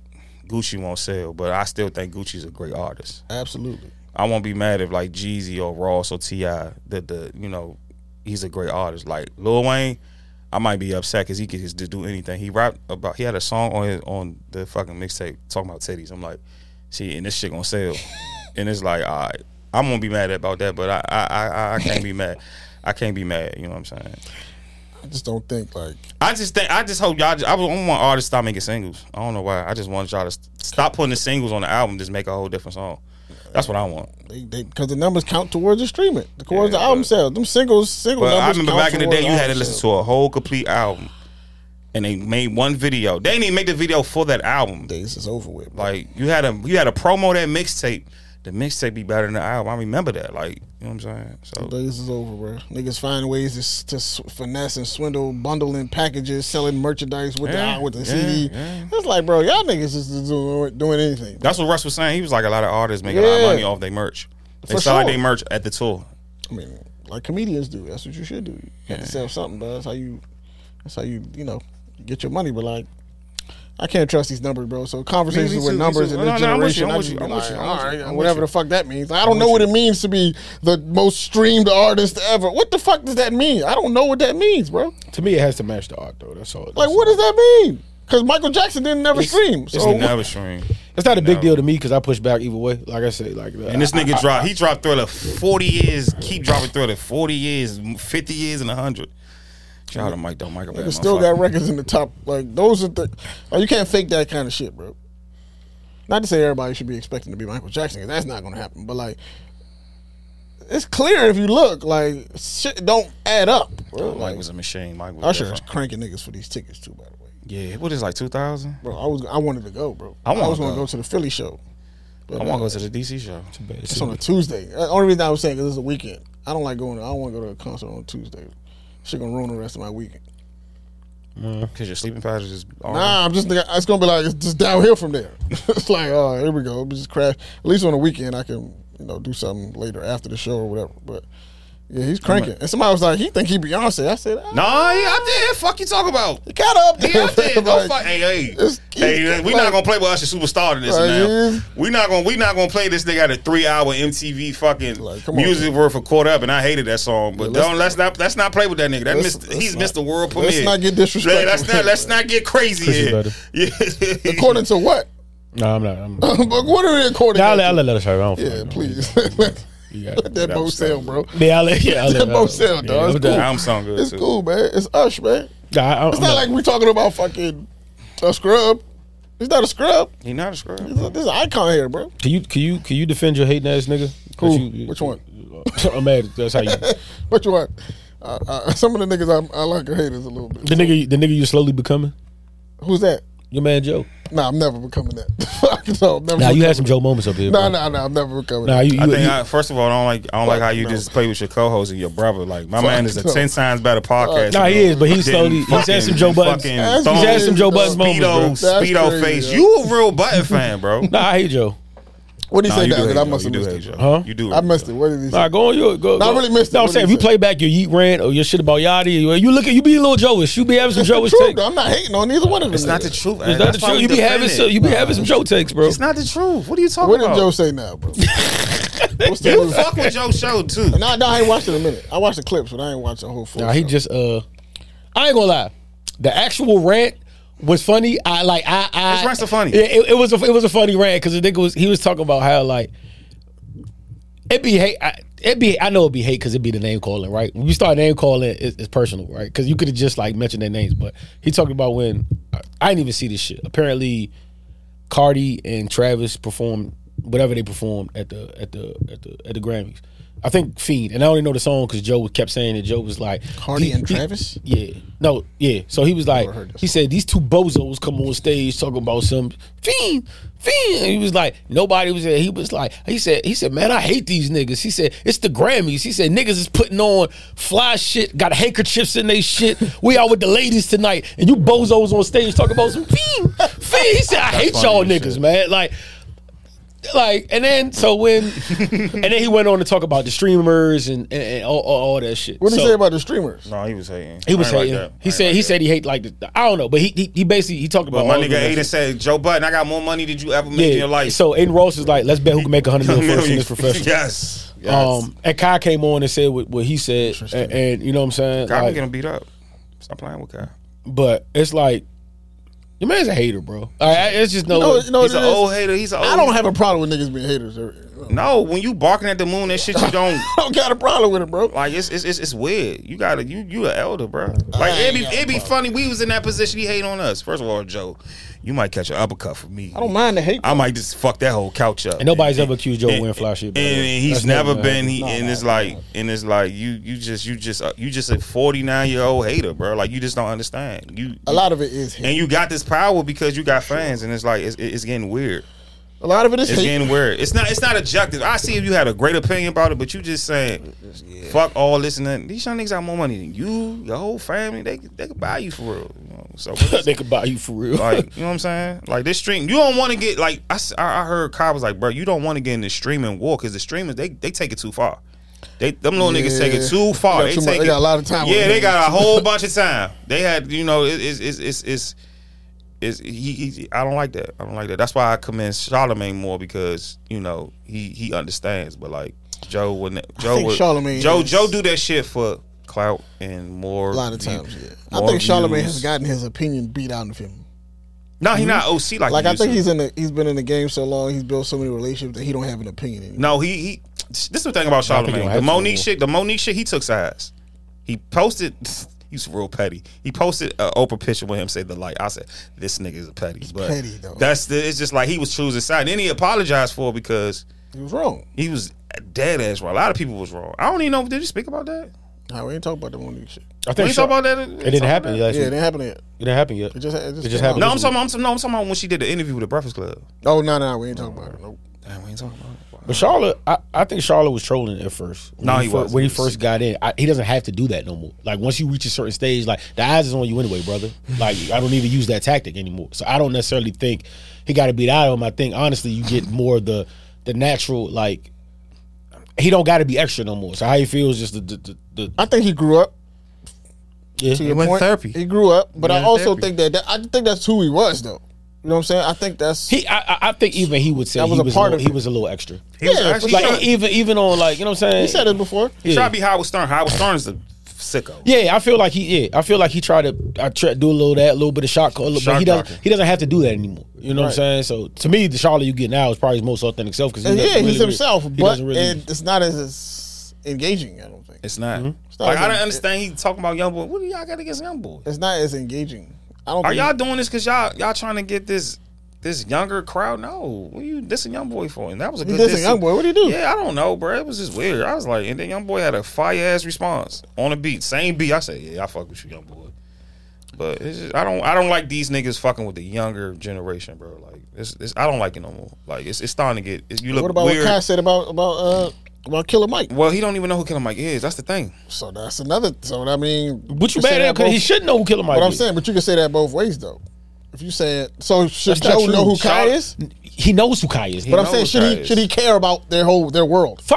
S2: Gucci won't sell, but I still think Gucci's a great artist.
S1: absolutely.
S2: I won't be mad if like Jeezy or Ross or Ti that the you know he's a great artist. Like Lil Wayne, I might be upset because he could just do anything. He rapped about he had a song on his on the fucking mixtape talking about titties. I'm like, see, and this shit gonna sell, and it's like, all right, I'm gonna be mad about that, but I I I, I can't be mad. I can't be mad. You know what I'm saying?
S1: I just don't think like
S2: I just think I just hope y'all. Just, I don't want artists to stop making singles. I don't know why. I just want y'all to s- stop putting the singles on the album. Just make a whole different song. That's what I want.
S1: They because the numbers count towards the streaming, towards
S2: Yeah,
S1: the album
S2: but-
S1: sales. Them singles, single
S2: But I
S1: numbers.
S2: remember
S1: count
S2: back in the
S1: towards
S2: day, you had to
S1: album
S2: listen
S1: sales.
S2: to a whole complete album, and they made one video. They didn't even make the video for that album.
S1: Days is over with. Like
S2: Like you had a you had a promo that mixtape. The mixtape be better than the album. I remember that. Like you know what I'm saying. So
S1: days is over, bro. Niggas find ways to, s- to s- finesse and swindle, bundling packages, selling merchandise with
S2: Yeah,
S1: the with the
S2: yeah,
S1: CD.
S2: yeah.
S1: It's like, bro, y'all niggas is just doing, doing anything.
S2: that's what Russ was saying. He was like, a lot of artists make a lot
S1: Yeah.
S2: of money off their merch. They
S1: For
S2: sell like
S1: sure.
S2: their merch at the tour.
S1: I mean, like comedians do. That's what you should do. You got to sell something, bro. That's how you. That's how you. You know, get your money. But like. I can't trust these numbers, bro. So conversations
S2: Me- me
S1: with
S2: too, me
S1: numbers
S2: too.
S1: in
S2: No,
S1: this
S2: no, no, I'm with you,
S1: generation,
S2: I'm
S1: I
S2: with
S1: just
S2: you,
S1: be
S2: I'm
S1: like,
S2: with you, I'm
S1: all
S2: with
S1: right,
S2: you, I'm with
S1: whatever
S2: you.
S1: the fuck that means. I don't know what it means to be the most streamed artist ever. What the fuck does that mean? I don't know what that means, bro.
S4: To me, it has to match the art though. That's all.
S1: Like, what does that mean? Because Michael Jackson didn't never stream.
S2: It's
S1: So
S2: never stream.
S4: It's not a big
S2: No.
S4: deal to me because I push back either way. Like I say, like
S2: And this nigga dropped. He dropped Thriller forty years. Keep dropping Thriller forty years, fifty years, and hundred. Shout out to Mike though. Michael
S1: niggas still got records in the top. Like those are the. Like, you can't fake that kind of shit, bro. Not to say everybody should be expecting to be Michael Jackson, 'cause that's not going to happen. But like, it's clear if you look, like shit don't add up. Bro.
S2: Mike
S1: Like,
S2: was a machine. Mike was
S1: Usher
S2: different.
S1: is cranking niggas for these tickets too. By the way,
S2: Yeah, what is like two thousand?
S1: bro, I was I wanted to go, bro.
S2: I
S1: I,
S2: wanna
S1: was going
S2: go.
S1: to go to the Philly show. But,
S2: I want
S1: uh,
S2: to go to the DC show.
S1: It's on a Tuesday. The only reason I was saying 'cause it's a weekend. I don't like going. I don't want to go to a concert on Tuesday. Shit gonna ruin the rest of my weekend.
S2: Cause your sleeping patterns is
S1: Nah, I'm just. It's gonna be like it's just downhill from there. it's like, oh, here we go. We just crash. At least on the weekend, I can you know do something later after the show or whatever. But yeah, he's cranking. And somebody was like, he think he Beyonce. I said, ah,
S2: Nah, he up there. Fuck you talking about?
S1: he got up there.
S2: He up there. Go
S1: Like,
S2: fuck. Hey, hey,
S1: it's-
S2: hey. We not
S1: like-
S2: gonna play with Usher superstar in this
S1: Like,
S2: now.
S1: yeah.
S2: We not gonna we not gonna play this nigga at a three hour MTV fucking
S1: Like, come on,
S2: music worth a quarter up, and I hated that song.
S1: Yeah,
S2: But
S1: let's-
S2: don't let's not let's not play with that nigga. That
S1: Let's-
S2: missed,
S1: let's
S2: he's
S1: not-
S2: missed the world premiere.
S1: let's not get disrespectful.
S2: Yeah, Let's not let's not get crazy
S3: Chris is
S2: here.
S3: better.
S2: Yeah.
S1: According to what?
S3: No, I'm not. I'm
S1: but what are we according?
S3: I'll
S1: to?
S3: let, I'll let, let us hurt. I don't
S1: yeah,
S3: fucking know.
S1: please. let
S3: You got it.
S1: that boat sail, bro.
S3: Yeah, I'll let, yeah, I'll let,
S1: That boat sail,
S3: yeah, no
S1: dog. It's
S3: doubt.
S1: cool.
S2: Album sound good
S1: It's
S2: too.
S1: cool, man. It's Ush, man.
S3: Nah, I,
S1: It's not like we're talking about fucking a scrub. It's not a scrub.
S2: He not a scrub.
S1: This is an icon here, bro.
S3: Can you can you can you defend your hating ass nigga?
S1: Who?
S3: That you-
S1: Which one?
S3: Uh,
S4: I'm mad. That's how you.
S1: But you what? Uh, uh, some of the niggas I, I like are haters a little bit.
S4: The nigga, the nigga, you slowly becoming
S1: Who's that?
S4: your man Joe.
S1: Nah, I'm never becoming that. Fuck no, I'm never.
S3: Now you had some
S1: becoming
S3: Joe moments up here.
S1: that.
S3: bro.
S1: Nah, nah, nah. I'm never becoming.
S4: Nah,
S1: that.
S4: you. you,
S2: I think
S4: you-
S2: I, first of all, I don't like I don't like how you
S1: no.
S2: just play with your co-host and your brother. Like my man is a
S1: no.
S2: ten times better podcast.
S3: Nah, he
S2: than you.
S3: is, but he's
S2: Than
S3: slowly- he's had
S2: fucking-
S3: some Joe Buttons.
S2: fucking
S1: That's
S2: thong-
S3: He's had some Joe
S1: That's
S3: Buttons moments, bro.
S2: Speedo,
S1: moments, bro.
S2: speedo
S1: That's
S2: face.
S1: crazy,
S2: You a real button fan, bro.
S3: Nah, I hate Joe.
S1: what did he
S2: Nah,
S1: say
S2: you do
S1: now?
S2: hate
S1: That I
S2: Joe.
S1: must
S2: You
S1: have
S2: do
S1: missed
S2: hate
S1: it.
S2: Joe.
S3: Huh?
S2: You do.
S1: I missed it. What did he say?
S3: Nah, go on your go.
S1: Nah, I
S3: go-
S1: really missed it.
S3: No, I'm
S1: What
S3: saying
S1: did
S3: if
S1: he
S3: you play
S1: say?
S3: back your Yeet rant or your shit about Yachty, you- you look at you be a little Joeish. You be having some Joeish
S1: True,
S3: takes.
S1: though, I'm not hating on either one of them.
S2: It's not
S1: niggas.
S2: the truth.
S3: It's not the truth. You be having some, you be having some Joe takes, bro.
S2: It's not the truth. What are you talking
S1: What did
S2: about?
S1: Joe say now, bro? What's the
S2: You
S1: movie?
S2: fuck with Joe show too.
S1: Nah, nah, I ain't watched it in a minute. I watched the clips, but I ain't watched the whole full.
S4: Nah, he
S1: show.
S4: just uh, I ain't gonna lie. The actual rant was funny. I like I. I
S2: His rants are funny.
S4: Yeah, it, it was a, it was a funny rant because the nigga was he was talking about how like it be hate. I, it be I know it be hate because it be the name calling right. When you start name calling, it, it's personal right because you could have just like mentioned their names. But he talking about when I, I didn't even see this shit. Apparently, Cardi and Travis performed whatever they performed at the at the at the at the Grammys. I think Fiend, and I only know the song because Joe kept saying that Joe was like
S1: Cardi
S4: he-
S1: and
S4: he-
S1: Travis?
S4: yeah, no, yeah. So he was like,
S1: heard this
S4: he said these two bozos come on stage talking about some fiend, fiend. And he was like, nobody was there. He was like, he said, he said, man, I hate these niggas. He said, it's the Grammys. He said, niggas is putting on fly shit, got handkerchiefs in they shit. We out with the ladies tonight, and you bozos on stage talking about some fiend, fiend. He said, I hate
S2: funny
S4: y'all
S2: as
S4: niggas,
S2: shit.
S4: man. Like like and then so when and then he went on to talk about the streamers and and, and all, all, all that shit.
S1: What did
S4: So-
S1: he say about the streamers?
S2: No, he was hating.
S4: He was
S2: I ain't like
S4: hating.
S2: that.
S4: he
S2: I
S4: said
S2: ain't like
S4: he
S2: that.
S4: said he hate like the, I don't know, but he he, he basically he talked about
S2: But my
S4: all of
S2: nigga
S4: that
S2: Aiden
S4: shit.
S2: said, Joe Button, I got more money than you ever made in your life.
S4: So Aiden Ross is like, let's bet who can make a hundred million first in this profession.
S2: yes. yes.
S4: Um, and Kai came on and said what, what he said, and, and you know what I'm saying.
S2: God,
S4: Like,
S2: we getting beat up. Stop playing with God.
S4: but it's like your man's a hater, bro. I, I- it's just no.
S1: No, no,
S2: He's an old hater. He's an old.
S1: I don't have a problem with niggas being haters. I
S2: No, when you barking at the moon and shit, you don't.
S1: don't got a problem with it, bro.
S2: Like it's it's it's, it's weird. You gotta you you an elder, bro. Like it'd be it'd be funny. We was in that position. He hate on us. First of all, Joe, you might catch an uppercut from me.
S1: I don't mind the hate.
S2: I might just fuck that whole couch up.
S4: and nobody's ever accused Joe of wearing fly shit.
S2: And,
S4: bro.
S2: and he's
S4: That's
S2: never
S4: never
S2: been.
S4: happened.
S2: He and it's like and it's like you you just you just uh, you just a forty nine year old hater, bro. Like you just don't understand. You
S1: A lot of it is hate.
S2: and you got this power because you got fans, and it's like it's, it's getting weird.
S1: A lot of it is
S2: It's
S1: hate.
S2: getting weird. It's not. It's not objective. I see if you had a great opinion about it, but you just saying, "Fuck all this and that." These young niggas got more money than you. Your whole family, they they could buy you for real. You know? So
S4: they could buy you for real.
S2: like, you know what I'm saying? Like this stream, you don't want to get like I, s- I- I heard Kyle was like, bro, you don't want to get in the streaming war because the streamers they they take it too far. They them little niggas take it
S1: Yeah.
S2: too far.
S1: They got
S2: They,
S1: too much-
S2: take
S1: they
S2: it-
S1: got a lot of time on
S2: Yeah,
S1: their
S2: they
S1: hands.
S2: got a whole bunch of time. They had you know it- it's it's it's it's. it's he, he, I don't like that. I don't like that. That's why I commend Charlemagne more because you know he he understands. But like Joe wouldn't. Joe
S1: think
S2: would,
S1: Charlamagne
S2: Joe
S1: is-
S2: Joe do that shit for clout and more.
S1: A lot of times, yeah. I
S2: more
S1: think Charlamagne has
S2: views.
S1: gotten his opinion beat out of him.
S2: No, he not OC like.
S1: Like
S2: he
S1: I
S2: used
S1: think
S2: to.
S1: he's in. The, he's been in the game so long. He's built so many relationships that he don't have an opinion anymore.
S2: No, he, he this is the thing about
S4: I think he
S2: Charlamagne.
S4: had
S2: The
S4: to
S2: Monique
S4: move.
S2: shit, the Monique shit, he took sides. He posted he's real petty. He posted an Oprah picture with him say the like. I said, This nigga is petty. but
S1: petty, though.
S2: That's the it's just like he was choosing side. Then he apologized for it because
S1: He was wrong.
S2: he was dead ass wrong. A lot of people was wrong. I don't even know did you speak about that?
S1: Nah, we ain't talk about the Monique shit.
S4: I
S2: Did
S4: think
S2: you
S4: Char-
S2: talk about that?
S4: it didn't happen. Last
S1: Yeah, it
S4: week.
S1: didn't happen yet.
S4: it didn't happen yet.
S1: It just, it just,
S4: It just
S1: came
S4: happened.
S2: No,
S1: out.
S2: I'm talking, I'm, no, I'm talking about when she did the interview with the Breakfast Club.
S1: Oh no, no, we ain't talking about it. Nope.
S2: Damn, we ain't talking about it.
S4: But Charlotte, I, I think Charlotte was trolling at first. When
S2: No, he
S4: fir-
S2: was.
S4: when
S2: He
S4: he
S2: was.
S4: first got in. I, he doesn't have to do that no more. Like once you reach a certain stage, like the eyes is on you anyway, brother. Like I don't need to use that tactic anymore. So I don't necessarily think he got to beat out of him. I think honestly, you get more of the the natural like he don't got to be extra no more. So how he feels just the the, the, the
S1: I think he grew up.
S4: yeah.
S1: To your
S2: went
S1: point,
S2: therapy.
S1: He grew up, but I
S2: went
S1: also
S2: therapy.
S1: think that, that I think that's who he was, though. You know what I'm saying? I think that's
S4: He, I, I- I think even he would say
S1: That was
S4: he
S1: a
S4: was
S1: part
S4: a
S1: of
S4: little, he
S1: it.
S4: was a little extra.
S2: He was
S1: Yeah,
S2: actually
S1: for
S4: Like
S1: sure.
S2: trying-
S4: even even on like you know what I'm saying.
S1: he said it before.
S2: he tried to be Howard Stern. Howard Stern is a sicko.
S4: Yeah, I feel like he. Yeah, I feel like he tried to. I try, do a little of that, a little bit of shot call, but
S2: Shock
S4: he
S2: doctor.
S4: doesn't. He doesn't have to do that anymore. You know what I'm saying? So to me, the Charlotte you get now is probably his most authentic self because
S1: And yeah, he's himself,
S4: He
S1: but
S4: doesn't really.
S1: it, it's not as, as engaging. I don't think
S2: It's not.
S4: Mm-hmm.
S1: not
S2: Like I
S1: as-
S2: don't understand. He talking about young boy. What do y'all got against young boy?
S1: it's not as engaging. I don't.
S2: Are
S1: think
S2: y'all doing this because y'all y'all trying to get this this younger crowd. No, what you dissing young boy for? And that was a
S1: He
S2: good
S1: dissing
S2: diss.
S1: Youngboy. What'd he do?
S2: Yeah, I don't know, bro. It was just weird. I was like, and then young boy had a fire ass response on the beat, same beat. I said, yeah, I fuck with you, young boy. But it's just, I don't I don't like these niggas fucking with the younger generation, bro. Like it's, it's I don't like it no more. Like it's, it's starting to get it's, you look
S1: What about
S2: weird.
S1: what Kai said about about uh about Killer Mike?
S2: well, he don't even know who Killer Mike is. That's the thing.
S1: So that's another. So I mean,
S4: What you
S1: can say
S4: mad
S1: that
S4: at? Because
S1: both-
S4: he should know who Killer Mike
S1: What I'm
S4: is.
S1: saying, but you can say that both ways though. If you saying so, should
S4: That's not
S1: Joe
S4: true.
S1: know who Kai
S2: Shout-
S1: is?
S4: He knows who Kai is.
S1: But I'm
S2: knows
S1: saying,
S2: who
S1: should
S2: Kai
S1: he
S2: is.
S1: should he care about their whole their world?
S4: Fu-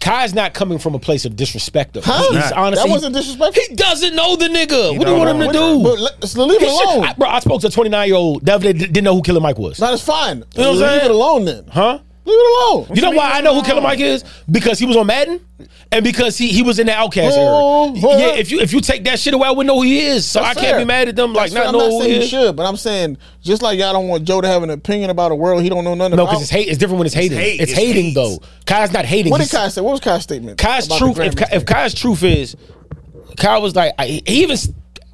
S4: Kai's not coming from a place of disrespect. Though.
S1: Huh?
S2: He's not.
S4: honestly-
S1: that wasn't disrespectful.
S4: He doesn't know the nigga.
S2: He
S4: what do
S2: don't
S4: you want him to
S2: know
S4: do?
S1: But let, us leave
S4: He
S1: it
S4: should-
S1: alone.
S4: I, bro, I spoke to a 29 year old the other day that didn't know who Killer Mike was.
S1: Not as fine.
S4: know what I'm
S1: leave
S4: saying?
S1: it alone then.
S4: Huh?
S1: Leave it alone.
S4: You know
S2: mean
S4: why I know who Killer
S2: alone?
S4: Mike is? Because he was on Madden, and because he he was in the Outcast
S1: Oh,
S4: era.
S1: what?
S4: Yeah, if you if you take that shit away, I wouldn't know who he is. So
S1: That's
S4: I can't
S1: fair.
S4: be mad at them like
S1: That's fair.
S4: not
S1: I'm
S4: know who
S1: saying
S4: he
S1: you
S4: is.
S1: should, but I'm saying just like y'all don't want Joe to have an opinion about a world he don't know nothing
S4: No,
S1: about.
S4: because it's hate. It's different when it's hating. It's,
S2: hate. It's
S4: hating
S2: hate.
S4: though. Kai's not hating.
S1: what did
S4: He's-
S1: Kai say? What was Kai's statement?
S4: Kai's
S1: about the
S4: truth. If, Kai,
S1: Grammys?
S4: if Kai's truth is, Kai was like, I, he even.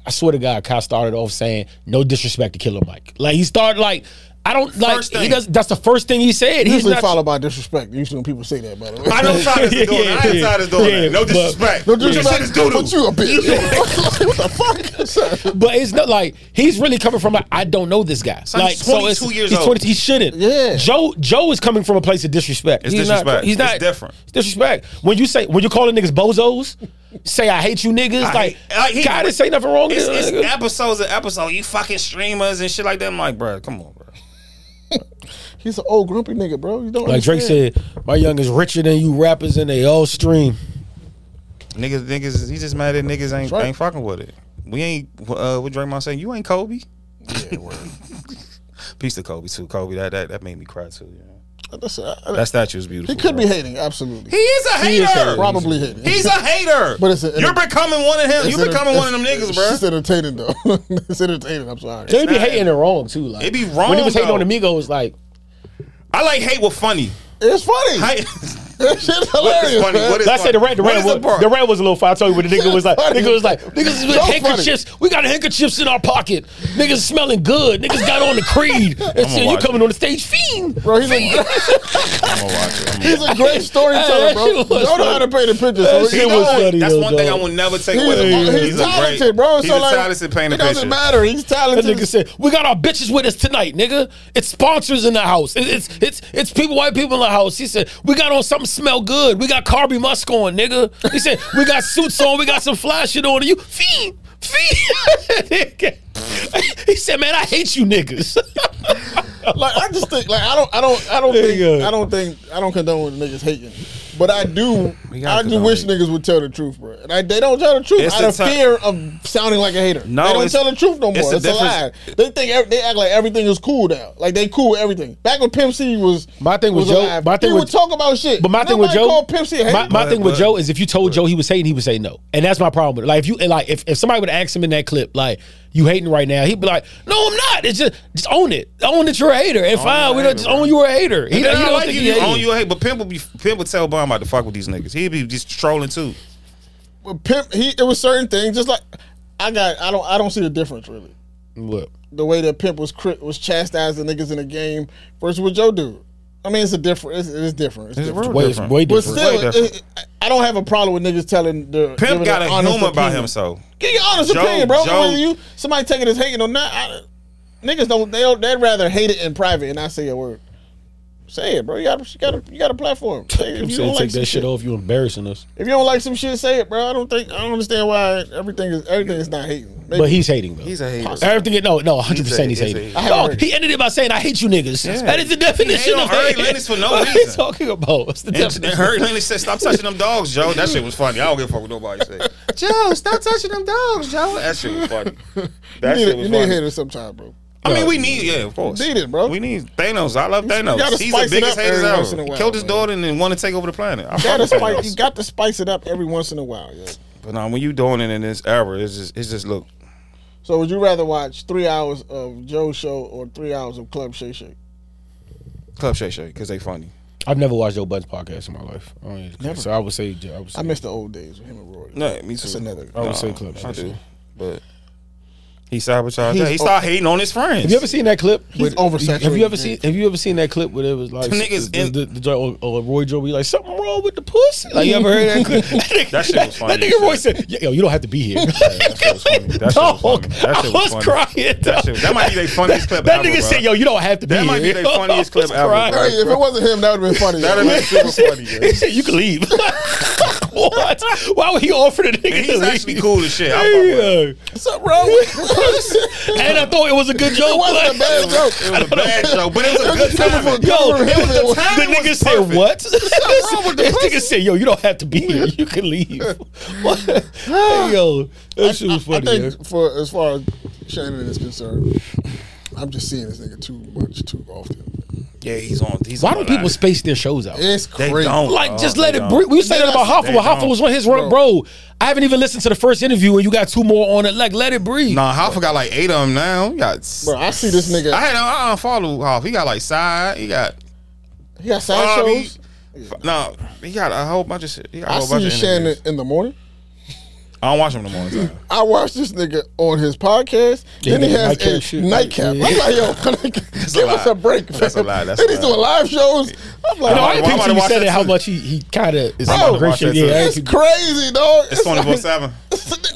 S4: I swear to God, Kai started off saying, "No disrespect to Killer Mike." Like he started like, I don't like.
S2: First
S4: He
S2: thing.
S4: does. That's the first thing he said. He's
S1: usually
S4: not.
S1: followed by disrespect. Usually when people say that, by the way.
S2: I know Silas is doing that. I ain't
S4: Yeah,
S2: Silas doing
S4: yeah,
S2: that. No
S4: but-
S2: disrespect.
S1: No
S2: You just said
S1: disrespect.
S2: it's doo-doo.
S1: But you a bitch. what the fuck?
S4: But it's not like he's really coming from. Like, I don't know this guy.
S2: he's
S4: like
S2: 22 years
S4: he's
S2: old.
S4: He shouldn't.
S1: Yeah.
S4: Joe Joe is coming from a place of disrespect.
S2: It's
S4: he's Not,
S2: disrespect.
S4: he's not
S2: It's different.
S4: It's disrespect. When you say when you're calling niggas bozos, say I hate you niggas.
S2: I
S4: like
S2: hate- like, he-
S4: God didn't say nothing wrong.
S2: It's,
S4: with
S2: it's
S4: it.
S2: episodes and episodes. You fucking streamers and shit like that. I'm like, bro, come on, bro.
S1: He's an old grumpy nigga, bro. You don't
S4: Like Drake
S1: understand.
S4: said, my young is richer than you rappers, and they all stream.
S2: Niggas, niggas, he's just mad that niggas ain't,
S1: right.
S2: ain't fucking with it. We ain't, uh, what Draymond saying, you ain't Kobe. Peace to Kobe, too. Kobe, that that, that made me cry, too. Yeah.
S1: That's- I- I-
S2: That statue is beautiful.
S1: he could
S2: bro.
S1: be hating, absolutely.
S2: He is a
S4: He is
S2: hater.
S4: hating.
S1: Probably hating.
S2: He's a hater.
S1: But it's a-
S2: You're becoming one of him.
S1: It's
S2: You're
S1: enter-
S2: becoming one of them
S1: it's-
S2: niggas, bro.
S1: It's entertaining though. it's entertaining. I'm sorry.
S4: They be
S2: not-
S4: hating it wrong too. Like
S2: It be
S4: when
S2: wrong,
S4: he was hating
S2: though.
S4: on Amigos. Like
S2: I like hate with funny.
S1: It's funny.
S2: Hate-
S1: that shit's hilarious.
S2: funny?
S1: man.
S2: What is-
S4: I said, the rant, the
S2: What
S4: rant
S2: is the
S4: was
S2: part?
S4: the rant was a little fire. I told you what the nigga was like.
S1: Funny.
S4: Nigga was like, niggas is with
S1: So funny.
S4: handkerchiefs. We got handkerchiefs in our pocket. Niggas smelling good. Niggas got on the creed. And so you
S2: watch
S4: coming
S2: it.
S4: on the stage, fiend.
S1: bro, he's a,
S2: I'm gonna watch it. I'm gonna-
S1: he's a great storyteller,
S4: Hey, that
S1: bro.
S4: shit was
S1: Don't know how to paint a picture. So
S4: That
S1: he
S4: shit
S1: knows.
S4: was funny,
S2: That's
S4: though,
S2: one thing I
S4: dog.
S2: will never take
S1: He's,
S2: away from him.
S1: he's,
S2: He's a
S1: talented,
S2: great,
S1: bro.
S2: He's
S1: so
S2: a
S1: like,
S2: talented painter.
S1: It doesn't matter. He's
S4: That
S1: talented.
S4: nigga said, "We got our bitches with us tonight, nigga. It's sponsors in the house. It- It's it's it's people, white people in the house." He said, "We got on something smell good. We got Carby Musk on, nigga." He said, "We got suits on. We got some fly shit on. You fiend, fiend." he said, "Man, I hate you, niggas."
S1: like I just think like I don't I don't I don't
S4: There
S1: think
S4: you go.
S1: I don't think I don't condone niggas hating. But I do
S2: We gotta
S1: I do
S2: condone
S1: wish
S2: it.
S1: niggas would tell the truth, bro. And I, they don't tell the truth
S2: It's
S1: out
S2: the
S1: of
S2: ti-
S1: fear of sounding like a hater.
S2: No,
S1: they don't
S2: it's-
S1: tell the truth no more.
S2: it's
S1: It's,
S2: the
S1: a
S2: difference-
S1: lie. They think ev- they act like everything is cool now. Like they cool with everything. Back when Pimp C was
S4: My thing with Joe-
S1: alive,
S4: my thing
S1: he
S4: with-
S1: would talk about shit.
S4: But my thing with
S1: Nobody
S2: "Oh,
S4: Joe,
S1: called Pimp C a hater.
S4: my, my
S2: But-
S4: thing with
S2: but-
S4: Joe is if you told Joe he was hating, he would say no, and that's my problem with it. Like if you and like if, if somebody would ask him in that clip, like you hating right now, he'd be like, "No, I'm not. It's just just own it, own that you're a hater, and fine,
S2: you're a
S4: we don't
S2: hater,
S4: just
S2: bro.
S4: own you're a hater." He,
S2: He
S4: don't- he
S2: don't
S4: don't
S2: like
S4: think
S2: you.
S4: he
S2: You
S4: hating.
S2: own you hate, but Pimp would be Pimp would tell Bum about to fuck with these niggas. He'd be just trolling too.
S1: But Pimp he it was certain things just like I got I don't I don't see the difference really.
S4: What?
S1: the way that Pimp was crit, was chastising niggas in the game versus what Joe do. I mean, it's a different. It's, it is different. It's different.
S2: real
S4: Way,
S2: different.
S4: way
S1: But
S4: different.
S1: still,
S2: different.
S1: it, it- I don't have a problem with niggas telling the
S2: Pimp
S1: giving
S2: got
S1: their
S2: a
S1: honest
S2: humor about
S1: opinion.
S2: himself.
S1: Get your honest
S2: Joe-
S1: opinion, bro.
S2: Joe-
S1: Whether you somebody taking his hating or not, I, niggas don't. They don't, they'd rather hate it in private and not say a word. Say it, bro. You got you got a, you got a platform. Say it. if
S4: I'm
S1: you
S4: saying
S1: don't like
S4: take
S1: some
S4: that
S1: shit,
S4: shit off. You embarrassing us.
S1: if you don't like some shit, say it, bro. I don't think I don't understand why everything is everything is not hating. Maybe-
S4: But he's hating though.
S2: He's a hater.
S4: Everything, no, no, 100% he's,
S2: He's a- he's a
S4: hating.
S2: hater. I
S1: haven't
S4: no,
S1: heard
S4: he ended it by saying, I hate you niggas.
S2: Yeah.
S4: That is the
S2: He hate
S4: definition
S2: on
S4: of
S2: Harry
S4: hating.
S2: Lennox for no
S4: What are you
S2: reason.
S4: talking about? What's the
S2: And, and
S4: definition?
S2: Hurt Lennox said, "Stop touching them dogs, Joe." That shit was funny. I don't give a fuck what nobody said. Joe, stop touching them dogs, Joe. That shit was funny. That
S1: you
S2: shit
S1: need,
S2: was
S1: you need
S2: funny.
S1: haters sometime, bro.
S2: I mean, we need, yeah, of course.
S1: Need it, bro.
S2: We need Thanos. I love
S1: gotta
S2: Thanos. He's
S1: spice
S2: the
S1: it
S2: biggest
S1: up
S2: haters
S1: every once in a
S2: ever.
S1: while,
S2: He killed his
S1: man.
S2: daughter and then wanted to take over the planet. I fuck
S1: Gotta
S2: with
S1: spice,
S2: Thanos.
S1: you got to spice it up every once in a while, yeah.
S2: But now, when you doing it in this era, it's just, it's just look.
S1: So would you rather watch three hours of Joe show or three hours of Club Shay Shay?
S2: Club Shay Shay, because they funny.
S4: I've never watched Joe Budden's podcast in my life. I mean, So I would say, I would say
S1: I miss the old days with him and Roy.
S2: No, me too.
S1: Oh, That's another-
S4: I would say Club
S2: I
S4: Shay
S2: do.
S4: Shay.
S2: But He sabotaged
S1: He's
S2: that. He started hating on his friends.
S4: Have you ever seen that clip?
S1: He's oversaturated.
S4: Have you ever seen? Have you ever seen that clip where it was like
S2: The niggas
S4: the,
S2: in-
S4: the, the, joint or, or Roy Joe be like something wrong with the pussy? Like you ever heard that clip?
S2: That shit was funny
S4: That
S2: as
S4: nigga Roy
S2: shit.
S4: said, "Yo, yo, you don't have to be here."
S2: that shit was funny. That shit was
S4: Dog,
S2: funny. That
S4: I
S2: shit was
S4: was
S2: funny.
S4: crying.
S2: That shit- that might be their funniest clip
S4: That
S2: ever,
S4: nigga
S2: bro.
S4: said, "Yo, you don't have to be
S2: That
S4: here."
S2: might be their funniest
S4: I was
S2: clip ever,
S4: crying.
S2: bro.
S1: Hey, if it wasn't him, that would have been funny.
S2: That'd have been super funny.
S4: He
S2: yo.
S4: said, "You can leave." what? Why would he offer the nigga?
S2: And he's
S4: to leave?
S2: actually cool as shit. I fuck with him.
S4: Yeah.
S1: What's up, bro? it
S4: And I thought it was a good joke.
S1: wasn't a
S4: but-
S1: bad joke.
S2: It was a bad show, but it was a good time.
S4: Yo, it was
S1: It
S4: the
S1: was-
S4: time. The
S2: timing
S4: nigga
S2: was
S4: said
S2: perfect.
S4: what? This this nigga said, "Yo, you don't have to be here. You can leave." What? Hey, yo, that shit was
S1: I
S4: funny. yo.
S1: think for as far as Shannon is concerned, I'm just seeing this nigga too much too often.
S2: Yeah, he's on. He's
S4: Why
S2: on
S4: don't
S2: that.
S4: people space their shows out?
S1: It's
S2: They
S1: crazy.
S2: don't.
S4: Like, just
S2: Oh,
S4: let
S2: they
S4: it
S2: don't.
S4: breathe. We said that about Hoffa.
S2: They
S4: Well, Hoffa
S2: don't.
S4: was on his run, bro. I haven't even listened to the first interview, and you got two more on it. Like, let it breathe.
S2: Nah, Hoffa got like eight of them now. He got.
S1: Bro, I see this nigga.
S2: I had I unfollow Hoffa. He got like side. He got.
S1: he got side
S2: Bob, he-
S1: shows.
S2: No, he got a whole bunch of shit. He got a
S1: I
S2: whole bunch
S1: see
S2: of
S1: Shannon
S2: interviews.
S1: in the morning.
S2: I don't watch him no more. Time.
S1: I watch this nigga on his podcast.
S4: Yeah,
S1: then he
S4: yeah,
S1: has
S4: nightcap
S1: a
S4: shit.
S1: nightcap.
S4: Yeah.
S1: I'm like, yo, my nigga, give
S2: a
S1: us
S2: lie.
S1: a break.
S2: That's a
S1: fam.
S2: lie. That's
S1: then
S2: a
S1: he's
S2: lie.
S1: doing live shows. I'm like,
S4: No, I
S1: yo,
S2: I'm about
S4: didn't
S2: think-
S4: picture
S2: to
S4: you
S2: watch
S4: said
S2: that
S4: that how
S2: too.
S4: much he, he kind of is
S2: about to watch
S4: migration.
S2: that
S4: Yeah,
S2: too.
S4: I
S1: it's
S4: didn't-
S1: crazy, dog.
S2: It's twenty four
S1: like-
S2: seven.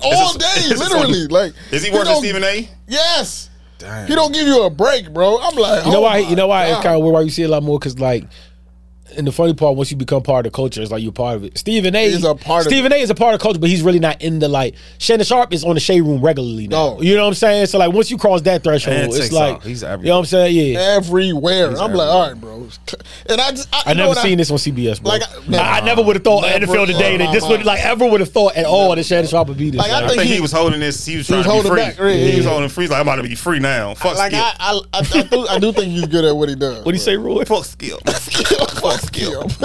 S1: all
S2: Is
S1: day,
S2: this- is this
S1: literally.
S2: on-
S1: like,
S2: Is he
S1: worth
S2: working Stephen A?
S1: Yes.
S2: Damn.
S1: He don't give you a break, bro. I'm like,
S4: You know
S1: oh
S4: why?
S1: my
S4: You know why? It's
S1: God.
S4: kind of why you see a lot more because like. And the funny part, once you become part of the culture, it's like you're part of it. Stephen A.
S1: He's a part of
S4: Stephen A. is a part of culture, but he's really not in the like. Shannon Sharp is on the shade room regularly now.
S1: No.
S4: You know what I'm saying? So like, once you cross that threshold,
S2: And it
S4: it's
S2: takes
S4: like
S2: off. He's
S4: you know
S2: everywhere.
S4: what I'm saying? Yeah.
S1: everywhere. I'm like, all right, bro. And I just, I,
S4: I
S1: you know
S4: never
S1: what I-
S4: seen this on CBS, bro.
S1: Like,
S4: I, I never would have thought
S1: Never
S4: NFL today
S1: in
S4: that
S1: my
S4: this would
S1: mind.
S4: like ever would have thought at all that Shannon Sharp would be this.
S1: Like, I
S4: Like,
S2: I
S1: think
S2: think he,
S1: he-
S2: was holding this. He was trying
S1: was
S2: to be
S1: holding
S2: free.
S1: back, right,
S2: He was
S1: yeah.
S2: holding free. He's like, I'm about to be free now. Fuck
S1: Like,
S2: skill.
S1: I, I, I, I, do, I do think he's good at what he does.
S4: what do you say, Roy?
S2: Fuck skill.
S1: Fuck skill.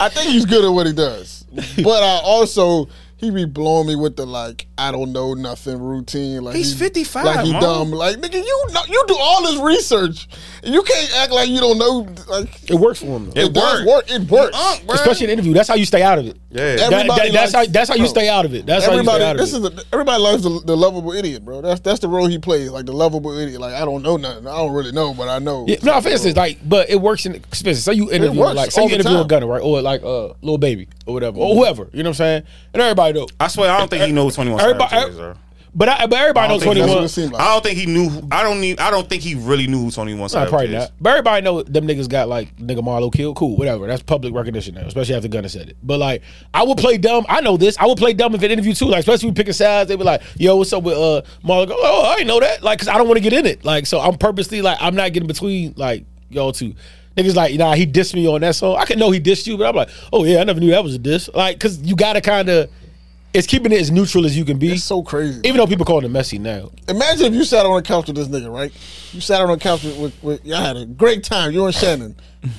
S1: I think he's good at what he does, but I also he be blowing me with the like I don't know nothing routine. Like
S2: He's
S1: he-
S2: 55,
S1: Like he
S2: Mo.
S1: dumb. Like nigga, you know, you do all this research. and You can't act like you don't know. Like
S4: It works for him, though.
S1: it, does work. It works.
S2: Unk, bro.
S4: especially in the interview. That's how you stay out of it.
S2: yeah.
S1: Every-
S4: That- that-
S1: Everybody
S4: that's how
S1: likes-
S4: that's how you
S1: bro.
S4: stay out of it. That's how you stay out
S1: Everybody,
S4: of it.
S1: this is a, everybody loves the, the lovable idiot, bro. That's that's the role he plays, like the lovable idiot. Like I don't know nothing, I don't really know, but I know.
S4: Yeah, no, for instance, like, but it works in expenses. So you interview
S1: works
S4: like, say
S1: all
S4: you
S1: the
S4: interview a
S1: time.
S4: gunner, right, or like uh, little baby or whatever, or whoever. You know what I'm saying? And everybody know,
S2: I swear, I don't think he knows twenty one
S4: everybody,
S2: Savages. bro.
S4: but I, but
S2: I
S4: everybody
S2: don't
S4: knows
S2: think
S4: twenty
S2: he
S1: that's what
S4: one.
S1: it seems like.
S2: I don't think he knew. I don't need. I don't think he really knew who Twenty One
S4: Nah,
S2: Savage
S4: probably
S2: is.
S4: not. But everybody know them niggas got like nigga Marlo killed. Cool, whatever. That's public recognition now, especially after Gunner said it. But like, I would play dumb. I know this. I would play dumb if an interview too. Like, especially we picking sides. They be like, "Yo, what's up with uh Marlo?" Go, oh, I ain't know that. Like, cause I don't want to get in it. Like, so I'm purposely like I'm not getting between like y'all two. Niggas like, nah, he dissed me on that song. I could know he dissed you, but I'm like, oh yeah, I never knew that was a diss. Like, cause you gotta kind of, it's keeping it as neutral as you can be.
S1: It's so crazy.
S4: even though people call it messy now,
S1: Imagine if you sat on a couch with this nigga, right? You sat on a couch with, with, with y'all had a great time. You and Shannon,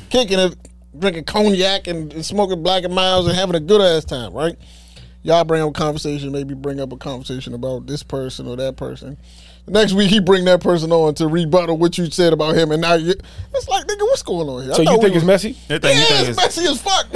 S1: kicking it, drinking cognac and, and smoking black and miles and having a good ass time, right? Y'all bring up conversation, maybe bring up a conversation about this person or that person. The next week he bring that person on to rebuttal what you said about him, and now you, it's like nigga, what's going on here? I
S4: so you
S1: thought
S4: think
S1: we
S4: it's
S1: was-
S4: messy?
S2: They think- he
S1: Yeah,
S2: think
S1: it's
S2: it's-
S1: messy as fuck.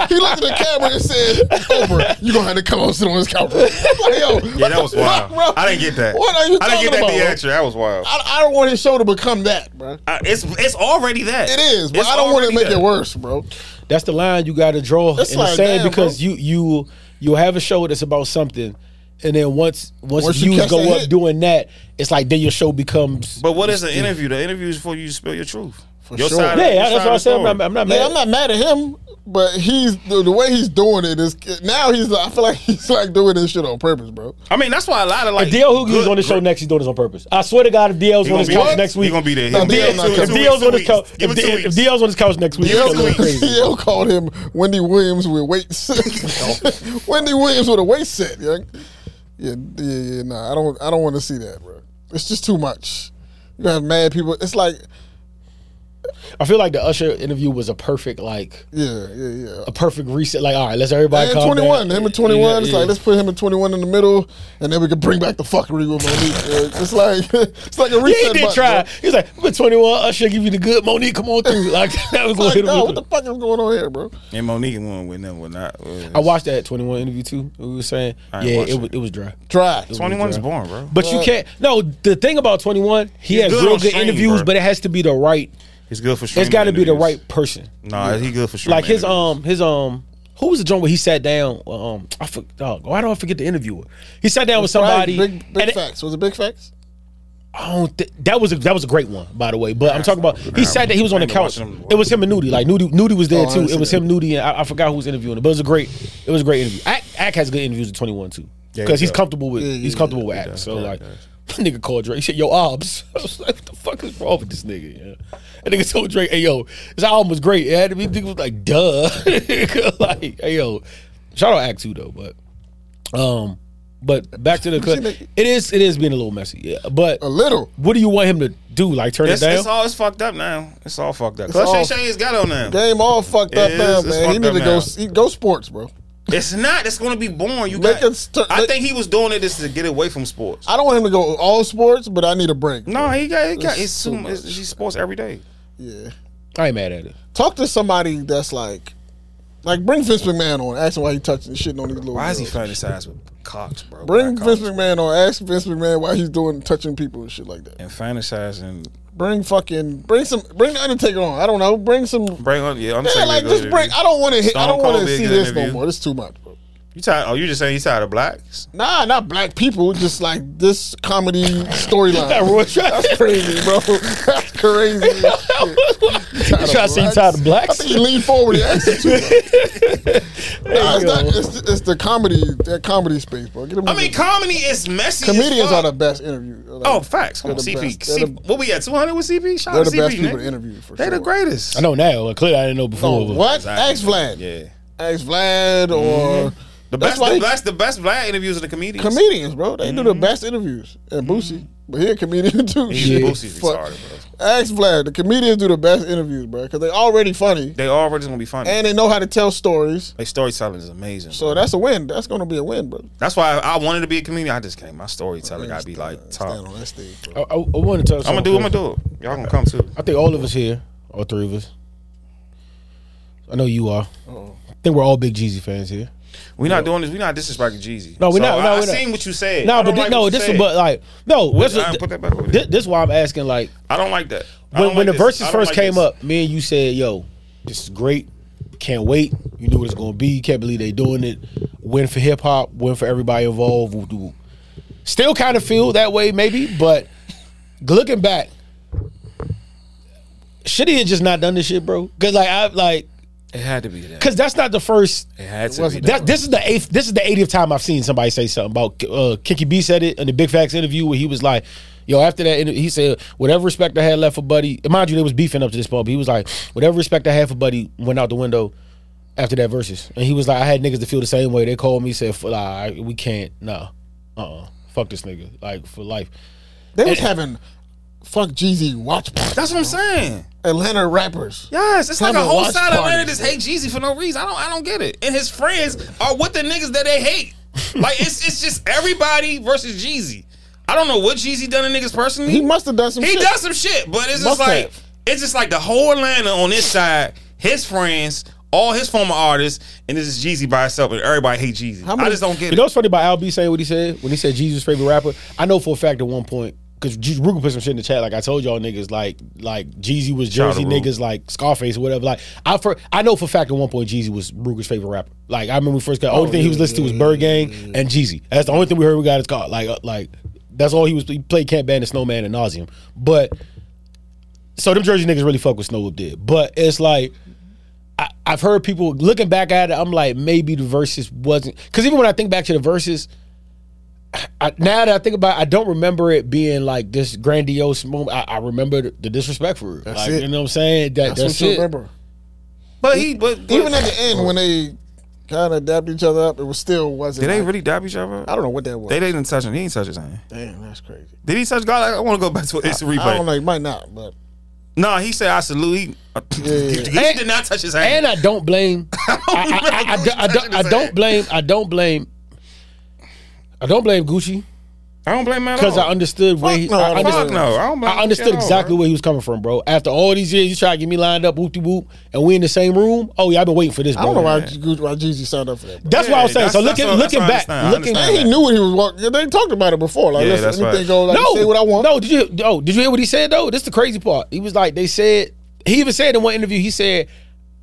S1: Man. he looked at the camera and said, "Over, you gonna have to come on sit on this couch." Like, yo,
S2: Yeah, that was wild.
S1: Bro,
S2: I didn't get that.
S1: What are you
S2: I didn't
S1: talking
S2: get that
S1: about?
S2: the action. That was wild.
S1: I, I don't want his show to become that, bro.
S2: I- it's it's already that.
S1: It is, but
S2: It's
S1: I don't want to
S2: already
S1: make
S2: that.
S1: it worse, bro.
S4: that's the line you got to draw
S1: That's
S4: in the
S1: like,
S4: sand
S1: damn,
S4: because
S1: bro.
S4: you you you'll have a show that's about something, and then once once,
S1: Once you
S4: you
S1: catch
S4: go
S1: that
S4: up
S1: hit.
S4: doing that, it's like then your show becomes.
S2: But what is an interview? The interview is for you to spill your truth. For
S1: sure.
S2: Side,
S4: yeah,
S2: your
S4: yeah,
S2: side
S4: that's
S2: of
S4: what I
S2: the
S4: said.
S2: story.
S4: I'm not, I'm not
S1: Yeah,
S4: mad.
S1: I'm not mad at him, but he's the, the way he's doing it is now he's. I feel like he's like doing this shit on purpose, bro.
S2: I mean, that's why a lot of like
S4: If DL Hoogie's
S2: good-
S4: on the show
S2: good-
S4: next, he's doing this on purpose. I swear to God, if DL's
S2: He
S4: on
S2: gonna
S4: his
S2: be
S4: couch
S2: there.
S4: next week,
S2: He gonna be there.
S1: No,
S2: He'll be
S1: DL
S2: there.
S1: not coming.
S2: Two weeks, two weeks.
S4: if DL's on his couch,
S2: Give
S4: if
S2: it two
S4: D- if
S2: weeks.
S4: DL's on his couch next week, it's gonna look crazy.
S1: Yo called him Wendy Williams with weights. Wendy Williams with a weight set. Yeah, yeah, yeah. yeah nah, I don't. I don't want to see that, bro. It's just too much. You have mad people. It's like
S4: I feel like the Usher interview was a perfect like
S1: Yeah, yeah, yeah.
S4: a perfect reset. Like, all right, let's everybody
S1: And
S4: calm
S1: twenty one,
S4: down.
S1: him and twenty one.
S4: Yeah,
S1: it's
S4: yeah.
S1: like let's put him and twenty one in the middle, and then we can bring back the fuckery with Monique. Yeah, it's like it's like a
S4: yeah, he
S1: reset.
S4: did
S1: button,
S4: try.
S1: bro.
S4: He was like, "But twenty one, Usher give you the good Monique, come on through." Like that was gonna
S1: Like,
S4: hit him.
S1: no, what
S4: with the-
S1: the fuck is going on here, bro?
S2: And Monique won with them, with not.
S4: I watched that twenty one interview too. We were saying,
S2: I ain't
S4: yeah,
S2: watched
S4: it
S2: it.
S4: was it was dry.
S1: Try.
S2: 21's born, bro.
S4: But you
S1: Well-
S4: can't. No, the thing about twenty one, he
S2: He's
S4: has
S2: good
S4: real
S2: on
S4: good
S2: stream,
S4: interviews,
S2: bro.
S4: but it has to be the right.
S2: He's good for.
S4: It's got to be the
S2: streaming
S4: right
S2: interviews.
S4: person.
S2: Nah, he good for streaming.
S4: Like his
S2: interviews.
S4: um his um who was the joint where he sat down? Um, I forgot. Dog, why don't I forget the interviewer? He sat down with somebody.
S1: Big, big
S4: and it-
S1: facts. Was it big facts?
S4: I don't thi- that was a, that was a great one, by the way. But I'm talking about he
S2: Nah,
S4: said that he was on
S2: I
S4: the
S2: ain't been
S4: couch.
S2: watching them.
S4: It was him and Nudie. Like Nudie, Nudie was there
S1: Oh, I
S4: too.
S1: didn't
S4: It was
S1: see
S4: him, Nudie, and I, I forgot who was interviewing it. But it was a great, it was a great interview. Ack, Ack has good interviews with 21 too,
S2: Yeah,
S4: because
S2: he
S4: he's
S2: does.
S4: comfortable with
S1: Yeah,
S4: he's
S1: yeah,
S4: comfortable with Ack. so
S2: yeah, he
S4: like,
S2: does.
S4: nigga called Drake. He said, "Yo, Obs." I was like, "What the fuck is wrong with this nigga?" Yeah. And nigga told Drake, "Hey yo, this album was great." It had to be. Nigga was like, "Duh." like, hey yo, shout out Ack too though, but. Um, but back to the
S1: seen that-
S4: it is it is being a little messy, yeah. But
S1: A little.
S4: what do you want him to do? Like turn
S2: It's,
S4: it down?
S2: it's all it's fucked up now. It's all fucked up.
S1: It's all-
S2: Cause Shay Shay's got on now.
S1: Game all fucked up
S2: It is.
S1: now,
S2: It's
S1: man. He
S2: fucked
S1: need
S2: up
S1: to go
S2: now.
S1: see, go sports, bro.
S2: It's not. It's gonna be boring. You
S1: Make
S2: got.
S1: it st-
S2: I
S1: make-
S2: think he was doing it just to get away from sports.
S1: I don't want him to go all sports, but I need a break.
S2: No, he got. He got
S1: It's
S2: it's too
S1: too
S2: much.
S1: much.
S2: It's, he's sports every day.
S1: Yeah.
S4: I ain't mad at it.
S1: Talk to somebody that's like, like bring Vince McMahon on. Ask him why he touching shitting on these little.
S2: Why is he
S1: girls.
S2: fantasized with Cox, bro?
S1: Bring
S2: Black
S1: Vince
S2: Cox.
S1: McMahon on. Ask Vince McMahon why he's doing touching people and shit like that.
S2: and fantasizing.
S1: Bring fucking bring some bring the Undertaker on. I don't know. Bring some.
S2: Bring on. Yeah, I'm
S1: Yeah,
S2: saying
S1: like
S2: go
S1: just
S2: to-
S1: bring. I don't want to hit. I
S2: Stone
S1: don't
S2: Cold
S1: want
S2: be
S1: to
S2: a
S1: see
S2: good
S1: this no
S2: interview.
S1: more. This is too much, bro.
S2: You tired? Oh, you just saying you tired of blacks?
S1: Nah, not black people. Just like this comedy
S4: That
S1: storyline.
S4: Roy tried,
S1: That's crazy, bro. That's crazy.
S4: he tried to say you tired of
S1: I
S4: blacks.
S1: think you lean forward. And ask it too much. Nah, it's,
S4: Yo.
S1: not, it's, it's the comedy that comedy space, bro. Get them
S2: I mean,
S1: niggas.
S2: comedy is messy. as
S1: comedians
S2: fuck.
S1: are the best interview. uh, Like,
S2: Oh, facts. Come
S1: They're
S2: on,
S1: the
S2: CP.
S1: best. They're
S2: C-
S1: the-
S2: what we at? 200 with CP? Shout
S1: they're
S2: out
S1: the
S2: to
S1: best
S2: CP,
S1: people to
S2: nigga.
S1: interview for
S2: They
S1: sure.
S2: the greatest.
S4: I know now. but Clearly, I didn't know before.
S1: Oh,
S4: but-
S1: what?
S2: Exactly.
S1: Ask Vlad.
S2: Yeah.
S1: Ask Vlad or
S2: The
S1: That's
S2: best,
S1: why
S2: the,
S1: he-
S2: best, the best black interviews are the comedians.
S1: comedians, bro. They
S2: Mm-hmm.
S1: do the best interviews. And Boosie, but he a comedian too.
S2: He's
S1: Shit.
S2: Boosie's
S1: Fuck.
S2: retarded, bro.
S1: Ask Vlad. The comedians do the best interviews, bro, because they already funny
S2: They already gonna be funny.
S1: and they know how to tell stories.
S2: Like storytelling is amazing.
S1: So that's a win. That's gonna be a win, bro.
S2: That's why I, I wanted to be a comedian. I just can't. My storytelling got to be like top.
S1: Stand on that stage, bro.
S4: I, I, I want to tell.
S2: I'm gonna do. I'm gonna do it. Y'all gonna come too.
S4: I think all of us here, all three of us. I know you are. I think we're all big Jeezy fans here.
S2: We not doing this. We not disrespecting Jeezy.
S4: No, we
S2: So
S4: not-
S2: I,
S4: no,
S2: I
S4: we not.
S2: seen what you said. I
S4: No,
S2: don't
S4: but thi-
S2: like what
S4: no,
S2: you
S4: this
S2: said.
S4: is but like no. This,
S2: I put that back over there.
S4: this, this why I'm asking. Like
S2: I don't like that. I
S4: when,
S2: don't like
S4: when the
S2: this.
S4: verses
S2: I don't
S4: first
S2: like
S4: came
S2: this.
S4: up, me and you said, "Yo, this is great. Can't wait. You knew what it's gonna be. Can't believe they doing it. Win for hip hop. Win for everybody involved. Woo, woo. Still kind of feel that way, maybe. But looking back, should he have just not done this shit, bro? Because like I like
S2: it had to be that.
S4: because that's not the first.
S2: It had to be
S4: That, this is the eighth. This is the 80th time I've seen somebody say something about. Uh, Kiki B said it in the Big Facts interview where he was like, "Yo, after that, inter- he said whatever respect I had left for Buddy. and Mind you, they was beefing up to this point, but he was like, whatever respect I had for Buddy went out the window after that versus. And he was like, I had niggas to feel the same way. They called me, said, "F- like, we can't, no, uh, uh fuck this nigga, like for life.
S1: They was having fuck Jeezy watch party.
S2: That's what I'm saying.
S1: Atlanta rappers.
S2: Yes, it's like a
S1: Having
S2: whole
S1: watch
S2: side of Atlanta
S1: parties,
S2: just hate Jeezy for no reason. I don't, I don't get it. And his friends are with the niggas that they hate. like it's, it's just everybody versus Jeezy. I don't know what Jeezy done to niggas personally.
S1: He must have done some.
S2: He
S1: shit.
S2: does some shit, but it's just
S1: Must
S2: like
S1: have.
S2: it's just like the whole Atlanta on this side, his friends, all his former artists, and this is Jeezy by itself, and everybody hates Jeezy.
S1: How many-
S2: I just don't get
S4: You
S2: it.
S4: know what's funny about Al B saying what he said when he said Jesus favorite rapper? I know for a fact at one point because Ruger put some shit in the chat. Like I told y'all niggas, like like Jeezy was
S2: Shout out
S4: Jersey
S2: to Rug.
S4: niggas, like Scarface or whatever. Like I for I know for a fact at one point Jeezy was Ruger's favorite rapper. Like I remember we first got
S2: Oh,
S4: only thing he was listening to was Bird Gang and Jeezy. That's the only thing we heard we got his car. Like uh, like that's all he was. He played Camp Band and Snowman and Nauseum, but. So them Jersey niggas really fuck with Snow Whip did, but it's like I, I've heard people looking back at it. I'm like, maybe the verses wasn't because even when I think back to the verses, I, now that I think about, it, I don't remember it being like this grandiose moment. I, I remember the, the disrespect for it. Like,
S1: it.
S4: You know what I'm saying? That,
S1: That's,
S4: that's,
S1: what you
S4: it.
S1: remember.
S2: But he, but, but
S1: Even at the end when they kind of dapped each other up, it was still wasn't.
S2: did they
S1: like-
S2: really dab each other?
S1: I don't know what that was.
S2: They didn't touch him. He ain't touch his hand.
S1: Damn, that's crazy.
S2: Did he touch God? I, want to go back to it. It's a replay.
S1: I don't know. It might not, but
S2: No, he said I salute. He, uh, he did not touch his hand.
S4: And I don't blame. I, I, I, I, do- I, don't- I don't blame. I don't blame. I don't blame Gucci
S2: I, don't blame him at
S4: because I
S2: all.
S4: understood where he.
S1: no,
S4: I
S1: fuck
S4: understood,
S2: Fuck no, I don't blame
S4: I understood
S2: him at all,
S4: exactly
S2: bro.
S4: where he was coming from, bro. After all these years, you try to get me lined up, whoop de whoop, and we in the same room. Oh yeah, I've been waiting for this,
S1: I don't
S4: bro.
S1: know why, Gucci- why Jeezy signed up for that. Bro.
S4: That's what I was
S2: Yeah,
S4: saying. So
S2: that's-
S4: looking,
S2: that's what-
S4: looking
S2: that's
S4: back,
S2: what I understand. I
S4: looking.
S2: understand
S1: He knew what he was walking. They talked about it before. Like,
S2: Yeah,
S1: listen,
S2: that's
S1: anything
S2: right.
S1: goes. Like,
S4: no,
S1: say what I want.
S4: No, did you? Oh, did you hear what he said though? This is the crazy part. He was like, they said he even said in one interview, he said,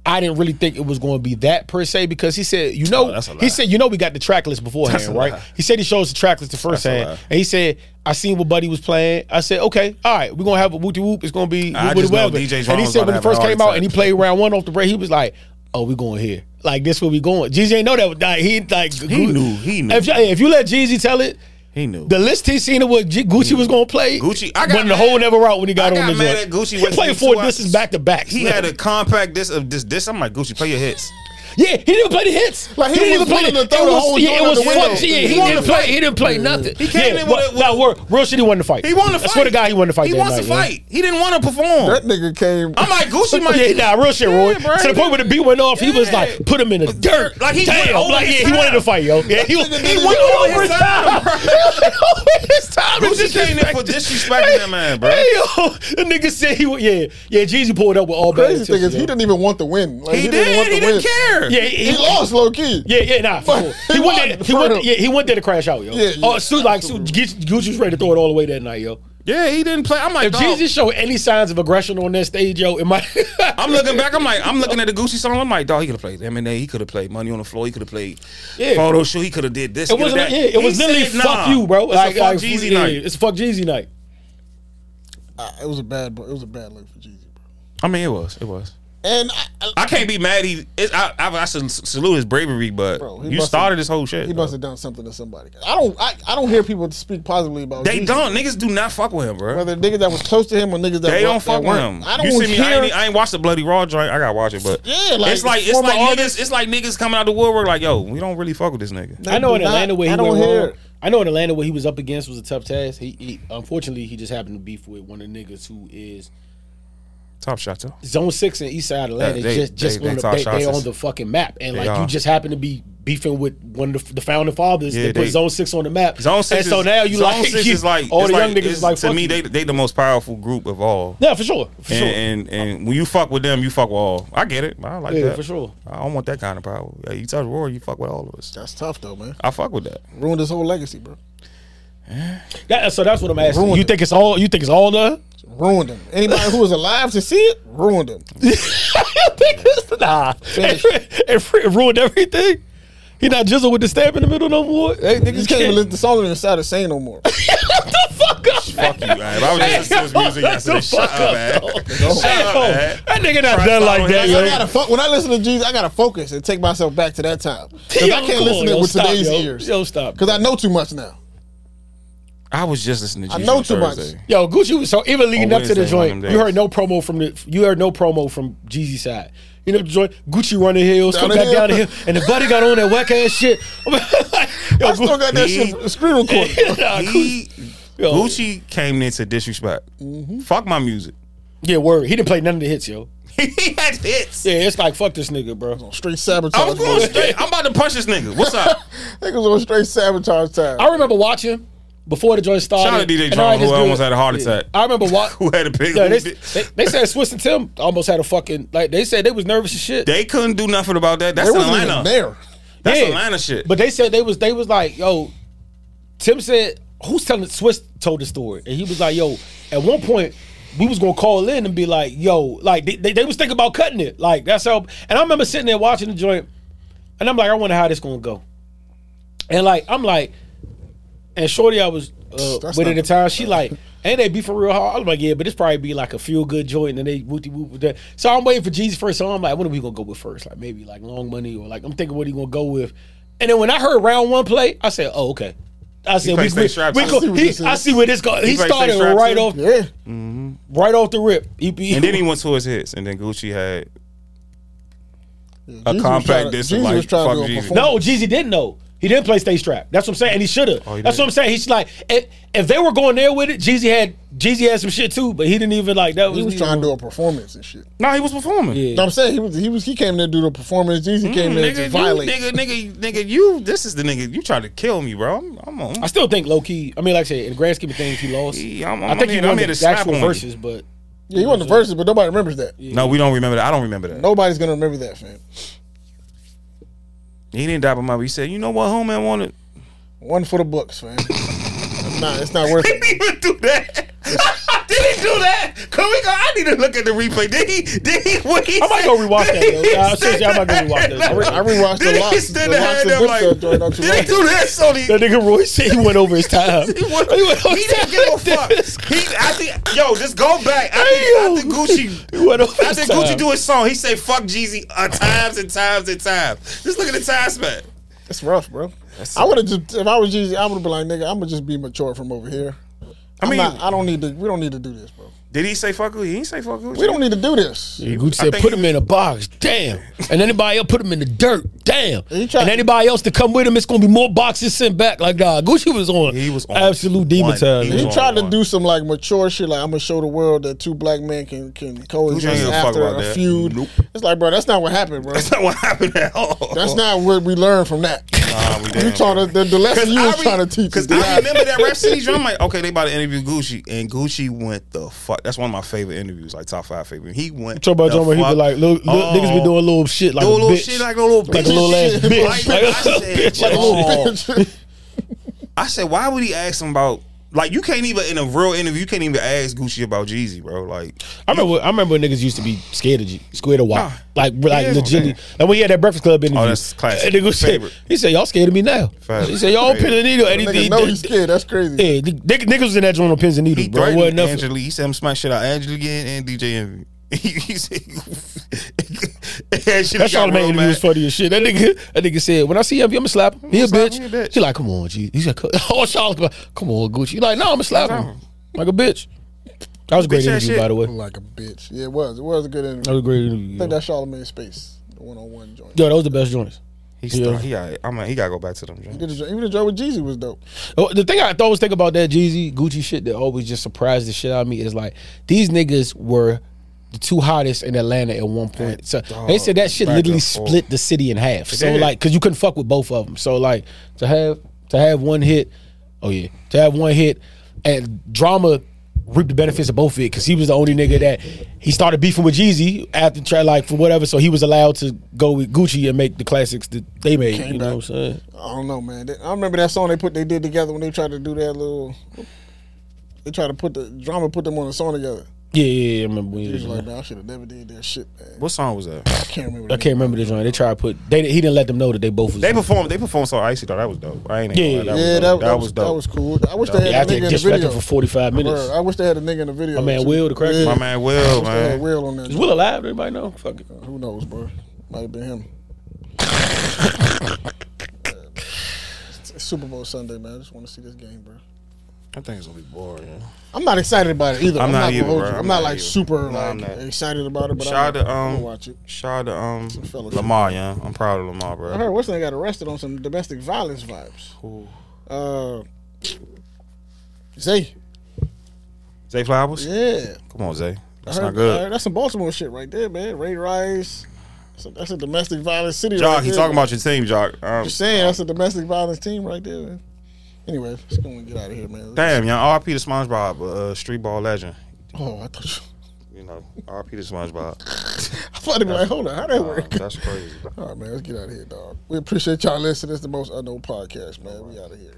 S4: I didn't really think it was going to be that per se because he said, you know,
S2: Oh, that's a lie.
S4: he said, you know, we got the track list beforehand,
S2: That's a
S4: right?
S2: lie.
S4: He said he shows the track list the
S2: That's
S4: first
S2: a
S4: hand,
S2: lie.
S4: and he said, I seen what Buddy was playing. I said, okay, all right, we're gonna have a whoop de whoop. It's gonna be
S2: I
S4: whoop
S2: just know
S4: whatever.
S2: DJ
S4: and he
S2: Drama's
S4: said
S2: about
S4: when
S2: to
S4: it first
S2: have a
S4: came
S2: heart
S4: out and he played round one off the break, he was like, oh, we going here. Like this where we going. Jeezy ain't know that. Like, he like
S2: He knew, he knew.
S4: If, you- if you let Jeezy tell it,
S2: He knew.
S4: the list he seen of what G- Gucci was gonna play.
S2: Gucci- I got
S4: went the
S2: mad-
S4: whole never out when he got,
S2: I got
S4: on the
S2: mad
S4: joint.
S2: at Gucci
S4: He
S2: wasting
S4: played
S2: two
S4: four
S2: hours.
S4: disses back to back.
S2: he had a compact this of this this. I'm like Gucci, play your hits.
S4: yeah. He didn't play the hits.
S1: Like, he
S4: didn't
S1: was
S4: play
S1: willing to throw
S4: it
S1: the
S4: was,
S1: whole
S4: yeah,
S1: joint
S4: it
S1: out
S4: was
S1: the
S4: fun.
S1: window.
S4: Yeah,
S1: He
S4: he,
S2: wanted
S4: didn't
S2: to
S4: play.
S2: fight.
S4: He didn't play nothing. He
S2: came
S4: yeah,
S2: in with
S4: well,
S2: a-
S4: well, real- real shit. He wanted to fight.
S2: He wanted to fight.
S4: I swear to God, he wanted to fight.
S2: He
S4: that
S2: wants
S4: night,
S2: to
S4: man.
S2: fight. He didn't want to perform.
S1: That nigga came.
S2: I'm like Gucci might.
S4: Yeah, nah, real shit,
S2: Yeah,
S4: Roy.
S2: bro,
S4: to the
S2: he
S4: point where the beat went off, he was
S2: Yeah.
S4: like, put him in the dirt.
S2: Like, he went
S4: Damn.
S2: over
S4: Like,
S2: his
S4: yeah, he wanted to
S2: time.
S4: fight, yo. Yeah, he, was-
S1: nigga
S4: he
S1: did
S4: went
S1: it all
S4: over his
S2: his time,
S4: time.
S2: bro.
S4: He went over his time. and
S2: Gucci came in for disrespecting that man, bro.
S4: Hey, yo, the nigga said he was, yeah, yeah, Jeezy pulled up with all bad
S1: Crazy thing is,
S4: intentions,
S1: he
S4: yo.
S1: didn't even want to win. Like,
S2: He, did.
S1: want
S2: he
S1: to
S2: didn't
S1: win.
S2: care.
S4: Yeah, he,
S1: He
S4: he-
S1: lost low key.
S4: Yeah, yeah, nah. For sure.
S1: he
S4: He went.
S1: won,
S4: There, he
S1: for
S4: went.
S1: real.
S4: Yeah, he went there to crash out, yo.
S1: Yeah, yeah.
S4: Oh, suit like suit, Gucci Gucci was ready to throw it all away that night, yo.
S2: Yeah, he didn't play. I'm like,
S4: If
S2: dog,
S4: Jesus showed any signs of aggression on that stage, yo, it might.
S2: I'm looking back. I'm like, I'm looking at the Gucci song. I'm like, dog, he could have played M&A. He could have played Money on the Floor. He could have played
S4: Yeah.
S2: Photo Shoot. He could have did this. he
S4: It
S2: coulda
S4: wasn't.
S2: that.
S4: Yeah, it
S2: He
S4: was literally
S2: said,
S4: fuck
S2: nah.
S4: you, bro.
S2: It's
S4: like,
S2: a fuck
S4: like,
S2: Jeezy
S4: yeah,
S2: night.
S4: It's fuck Jeezy night.
S1: Uh, it was a bad. It was a bad look for Jeezy, bro.
S2: I mean, it was. It was.
S1: And I, I,
S2: I can't be mad. He, it's, I, I, I sal- salute his bravery, but
S1: Bro, he
S2: you
S1: must
S2: started
S1: have-
S2: this whole shit.
S1: he
S2: bro.
S1: must have done something to somebody. I don't. I, I don't hear people speak positively about.
S2: They
S1: Jeezy.
S2: don't. Niggas do not fuck with him, bro.
S1: Whether niggas that was close to him or niggas that
S2: They
S1: wa-
S2: don't fuck
S1: that
S2: with
S1: weren't.
S2: him.
S1: I don't
S2: you see me?
S1: hear.
S2: I ain't, I ain't watched the bloody raw joint. I gotta watch it, but
S1: Yeah, like,
S2: it's like it's
S1: former
S2: like
S1: artists-
S2: niggas. It's like niggas coming out the woodwork. Like yo, we don't really fuck with this nigga.
S1: They
S4: I know
S1: do
S4: in
S1: not-
S4: Atlanta where he
S1: I don't
S4: went
S1: hear.
S4: wrong. I know in Atlanta what he was up against was a tough task. He, he unfortunately he just happened to beef with one of the niggas who is
S2: Top shot though.
S4: Zone Six and East Side Atlanta
S2: Yeah, they-
S4: just
S2: they-
S4: just
S2: they
S4: on
S2: talk
S4: the, they, they
S2: shots.
S4: on the fucking map, and
S2: They
S4: like
S2: are.
S4: you just happen to be beefing with one of the, the founding fathers
S2: Yeah,
S4: that put
S2: they-
S4: Zone Six on the map.
S2: Zone six.
S4: and so
S2: is,
S4: now you
S2: Zone
S4: like,
S2: six
S4: you-
S2: is like
S4: all
S2: it's
S4: the young
S2: like,
S4: niggas
S2: it's-
S4: is like
S2: to me they they the most powerful group of all.
S4: yeah for sure for
S2: And,
S4: sure
S2: and and when you fuck with them, you fuck with all. I get it. I like
S4: Yeah,
S2: that
S4: for sure.
S2: I don't want that kind of power. Yeah, you touch Roy, you fuck with all of us.
S1: That's tough though, man.
S2: I fuck with that.
S1: Ruined his whole legacy, bro.
S4: That- so that's what I'm asking.
S1: Ruined
S4: You
S1: it.
S4: think it's all? You think it's all the?
S1: Ruined him. Anybody who was alive to see it, ruined him.
S4: nah, it, it, it ruined everything. He not jizzle with the stamp in the middle no more. Hey,
S1: Niggas can't even listen to songs inside the same no more.
S2: Fuck you, man. If I was just listening to his music
S4: Shut the
S2: yesterday, shut
S4: fuck up,
S2: up, man. Shut up,
S4: Hell,
S2: man.
S4: That nigga not
S2: Try
S4: done like
S2: following
S4: that,
S2: that.
S1: I
S4: yo.
S1: gotta fo- when I listen to G's, I gotta focus and take myself back to that time because
S4: Yo,
S1: I
S4: come
S1: can't
S4: on,
S1: listen to
S4: yo,
S1: it with
S4: stop,
S1: today's
S4: yo.
S1: ears
S4: Yo, stop.
S1: because I know too much now.
S2: I was just listening to.
S1: I
S2: Juice
S1: know
S2: on
S1: too much.
S2: Thursday.
S4: Yo, Gucci was so even leading
S2: On
S4: up to the
S2: Wednesday, one
S4: joint.
S2: of them
S4: You
S2: days.
S4: heard no promo from the. You heard no promo from Jeezy side. You know the joint. Gucci running hills,
S1: Down
S4: come
S1: the
S4: back
S1: hill.
S4: down the hill, and the buddy got on that whack ass shit. yo,
S1: I still got that shit from the screen recorded.
S4: Nah, Gucci-
S2: He,
S4: Yo.
S2: Gucci came in to disrespect.
S4: Mm-hmm.
S2: Fuck my music.
S4: yeah, word. He didn't play none of the hits, yo.
S2: he had hits.
S4: Yeah, it's like fuck this nigga, bro.
S1: Straight
S2: I was
S1: sabotage.
S2: going
S1: bro.
S2: straight. I'm about to punch this nigga. What's up?
S1: Niggas on straight sabotage time.
S4: I remember watching before the joint started.
S2: Shout out to DJ
S4: and
S2: Drama,
S4: all this
S2: who
S4: good-
S2: almost had a heart attack.
S4: I remember watching.
S2: Who had a big?
S4: Yeah, they,
S2: who did-
S4: they, they said Swiss and Tim almost had a fucking like. They said they was nervous as shit.
S2: They couldn't do nothing about that. That's
S1: They wasn't
S2: Atlanta.
S1: even there.
S2: That's
S4: Yeah.
S2: Atlanta shit.
S4: But they said they was they was like, yo, Tim said, who's telling Swiss told the story? And he was like, yo, at one point, we was gonna call in and be like, yo, like they, they, they was thinking about cutting it. Like that's how and I remember sitting there watching the joint, and I'm like, I wonder how this gonna go. And like, I'm like, and Shorty I was uh,
S1: That's
S4: with
S1: not-
S4: at the time, she like, ain't they be for real hard? I'm like, yeah, but it's probably be like a feel good joint, and they wooty whoop with that. So I'm waiting for Jeezy first. So I'm like, what are we gonna go with first? Like maybe like long money or like I'm thinking what he gonna go with. And then when I heard round one play, I said, oh okay. I said,
S2: played
S4: we,
S2: Stay
S4: we,
S2: Strapped,
S4: we
S2: too.
S4: go,
S1: I see what
S4: he-
S1: this is.
S4: I see where this go. He,
S2: played Stay
S4: started
S2: Strapped,
S4: right
S2: too?
S4: off,
S1: Yeah,
S4: right off the rip. He, he-
S2: and then he went to his hits, and then Gucci had
S1: Yeah, Jeezy
S2: a
S1: was
S2: compact
S1: trying to-
S2: diss
S1: Jeezy
S2: of like
S1: was trying
S2: fuck
S1: to do a
S2: Jesus.
S1: performance.
S4: no, Jeezy didn't know. He didn't play Stay Strapped. That's what I'm saying. And he should have.
S2: Oh, he
S4: That's
S2: did.
S4: what I'm saying. He's like, if, if they were going there with it, Jeezy had Jeezy had some shit too, but he didn't even like that.
S1: He was trying to do a performance and shit.
S2: No, he was performing.
S4: Yeah.
S1: No, I'm saying he was he was he came there to do the performance. Jeezy came there
S2: Mm, Nigga,
S1: to
S2: you,
S1: violate.
S2: nigga, nigga, nigga, you. This is the nigga. You tried to kill me, bro. I'm, I'm on.
S4: I still think low key. I mean, like I said, in the grand scheme of things, he lost.
S2: Yeah, I'm-
S4: I
S2: I'm
S4: think he
S2: here- I'm
S4: won
S2: here
S4: the
S2: to snap
S4: actual
S2: on you.
S4: verses, but
S1: Yeah, he won the verses, but nobody remembers that.
S2: No, we don't remember that. I don't remember that.
S1: Nobody's gonna remember that, fam.
S2: He didn't die by my. He said, "You know what, homie, I wanted."
S1: One for the books, fam. nah, it's not worth
S2: Didn't
S1: it.
S2: even do that. did he do that? Can we go? I need to look at the replay. Did he? Did he? What he
S4: I might go
S2: said?
S4: rewatch that,
S2: Did
S4: yo.
S2: he
S4: Nah, seriously, I might go
S2: stand-
S4: rewatch that.
S1: I, re- I rewatched
S2: Did
S1: the
S2: he
S1: locks.
S2: stand
S1: the
S2: there
S1: locks and
S2: and them
S1: good stuff
S2: like?
S1: joint not too
S2: Did he
S1: long ago.
S2: do that, Sonny?
S4: that nigga Roy said he went over his time.
S2: He, wa-
S4: He went over
S2: he
S4: his
S2: didn't
S4: time.
S2: give a fuck. He, I think, yo, just go back. I think, I think
S4: He
S2: Gucci.
S4: went over
S2: I
S4: his
S2: think Gucci
S4: time.
S2: do his song. He say "fuck Jeezy" uh, times and times and times. Just look at the time span.
S1: It's rough, bro. I would have just if I was Jeezy, I would have been like, nigga, I'm gonna just be mature from over here. I mean,
S2: mean-
S1: I don't need to. We don't need to do this, bro.
S2: Did he say "fuck Gucci"? He ain't say "fuck Gucci."
S1: We don't need to do this.
S4: And Gucci
S2: I
S4: said,
S2: think
S4: put
S2: he
S4: him in a box, damn. And anybody else put him in the dirt, damn.
S1: He
S4: And
S1: tried-
S4: anybody else to come with him, it's gonna be more boxes sent back. Like, nah, Gucci was on.
S2: He was on
S4: absolute demon
S2: one.
S4: time.
S2: He
S1: He
S2: was on
S1: tried to
S2: one.
S1: do some like mature shit, like I'm gonna show the world that two black men can can coexist
S2: give a fuck
S1: after
S2: about
S1: a
S2: that.
S1: feud.
S2: Nope.
S1: It's like, bro, that's not what happened, bro.
S2: That's not what happened at all.
S1: That's not what we learned from that.
S2: Nah, we
S1: You
S2: didn't.
S1: taught us the, the lesson you
S2: I
S1: was
S2: re-
S1: trying to teach us.
S2: Cause I remember that rap city drum. Like, okay, they about to interview Gucci, and Gucci went the fuck. That's one of my favorite interviews, like top five favorite. He went.
S4: Talk about
S2: the
S4: John where he be
S2: fuck
S4: like, little, little
S2: off.
S4: niggas be doing little shit like
S2: Do a
S4: a
S2: little
S4: bitch.
S2: shit like a little bitch.
S4: Like a little ass bitch. Like a
S2: I said,
S4: bitch.
S1: like a little
S2: "Oh."
S1: bitch.
S2: I said, why would he ask him about? Like, you can't even in a real interview, you can't even ask Gucci about Jeezy, bro. Like,
S4: I remember. I remember when niggas used to be scared of G, scared of WAP.
S2: Nah.
S4: like, like
S2: Yeah,
S4: legitly.
S2: man.
S4: Like when he had that Breakfast Club interview.
S2: that's classic.
S4: Nigga said,
S2: Favorite.
S4: he said, y'all scared of me now.
S2: Favorite.
S4: He said, y'all
S2: Favorite.
S4: pin and needle. And he,
S1: Nigga
S4: he-
S1: know he's scared. That's crazy.
S4: yeah, nigg- niggas was in that joint on pins and needles,
S2: he
S4: bro. It wasn't
S2: threatened
S4: nothing.
S2: Angela. He said, I'm smack shit out Angela again and DJ Envy. he said, Angela
S4: That's
S2: got
S4: all
S2: real
S4: the man interview was
S2: mad.
S4: funny as shit. That nigga, that nigga said, when I see him, I'ma slap him. He a
S2: slap
S4: bitch.
S2: him, he a bitch.
S4: She like, come on, G. He's like, oh, Charlotte, come on, come on, Gucci. He like, no, I'ma slap him. Like a bitch. That was a great
S2: Bitch-ass
S4: interview,
S2: shit.
S4: by the way. That
S1: Like a bitch. Yeah, it was. It was a good interview.
S4: was a great
S1: I
S4: interview.
S1: think
S4: Yo,
S1: that's Charlamagne's space, the one on one joint.
S4: Yo, that was the best joints.
S2: He
S4: Yeah.
S2: start, he, gotta- I'm like, he gotta go back to them. Jones.
S1: Did the joint- Even the joint with Jeezy was dope.
S4: Oh, The thing I always think about that Jeezy Gucci shit that always just surprised the shit out of me is like these niggas were the two hottest in Atlanta at one point. So they said that shit
S2: back
S4: literally
S2: and forth.
S4: split the city in half. So
S2: did.
S4: like, cause you couldn't fuck with both of them. So like to have to have one hit, oh yeah, to have one hit and drama reaped the benefits of both of it because he was the only nigga that he started beefing with Jeezy after try like for whatever. So he was allowed to go with Gucci and make the classics that they made. you know what I'm saying?
S1: I don't know, man. They- I remember that song they put they did together when they tried to do that little. They tried to put the drama put them on a song together.
S4: Yeah, yeah, yeah. I remember when he
S1: He
S4: was
S1: was like, man, I should have never did that shit, man.
S2: What song was that?
S1: I can't remember.
S4: I
S1: the
S4: can't
S1: name.
S4: remember the joint. They tried to put. They he didn't let them know that they both was.
S2: They performed. They performed so icy though. That was dope. I ain't.
S4: Yeah,
S2: Yeah, that, was
S1: Yeah, that,
S2: dope.
S1: that, was that was cool. I wish they
S4: yeah, I
S1: had a
S4: think
S1: nigga in the
S4: disrespect
S1: video.
S4: him for forty five minutes.
S1: Bruh, I wish they had a nigga in the video.
S4: My man
S1: too.
S4: Will, the crack
S2: My man Will,
S1: I wish they had
S2: man.
S1: Will on that.
S4: Is Will alive? Everybody know. Fuck it.
S1: joint. Who knows, bro? Might have been him. It's Super Bowl Sunday, man. I just want to see this game, bro.
S2: I think it's gonna be boring.
S1: I'm not excited about it either.
S2: I'm not
S1: gonna
S2: either,
S1: hold
S2: bro.
S1: you. I'm,
S2: I'm
S1: not,
S2: not
S1: like
S2: either.
S1: super
S2: No, I'm
S1: like
S2: not.
S1: excited about it. But
S2: Shout out
S1: I'm,
S2: to
S1: I'm
S2: um,
S1: watch it.
S2: shout out to um,
S1: fellowship.
S2: Lamar, yeah. I'm proud of Lamar,
S1: I
S2: bro.
S1: heard Weston got arrested on some domestic violence vibes. Uh, Zay,
S2: Zay Flowers,
S1: yeah,
S2: come on, Zay. That's
S1: I heard,
S2: not
S1: I
S2: good.
S1: heard that's some Baltimore shit right there, man. Ray Rice, that's a, that's a domestic violence city.
S2: Jock,
S1: right
S2: he
S1: there.
S2: talking about your team, Jock. Um,
S1: Just saying, that's a domestic violence team right there. Man. Anyway, let's go and get out of here, man.
S2: damn, yeah. RP to SpongeBob, uh, street ball legend.
S1: Oh, I thought you,
S2: You know, RP to SpongeBob.
S1: I thought he'd be like, hold on, how that
S2: Uh,
S1: work?
S2: that's crazy.
S1: All right, man, let's get out of here, dog. We appreciate y'all listening. It's the most unknown podcast, man. We out of here.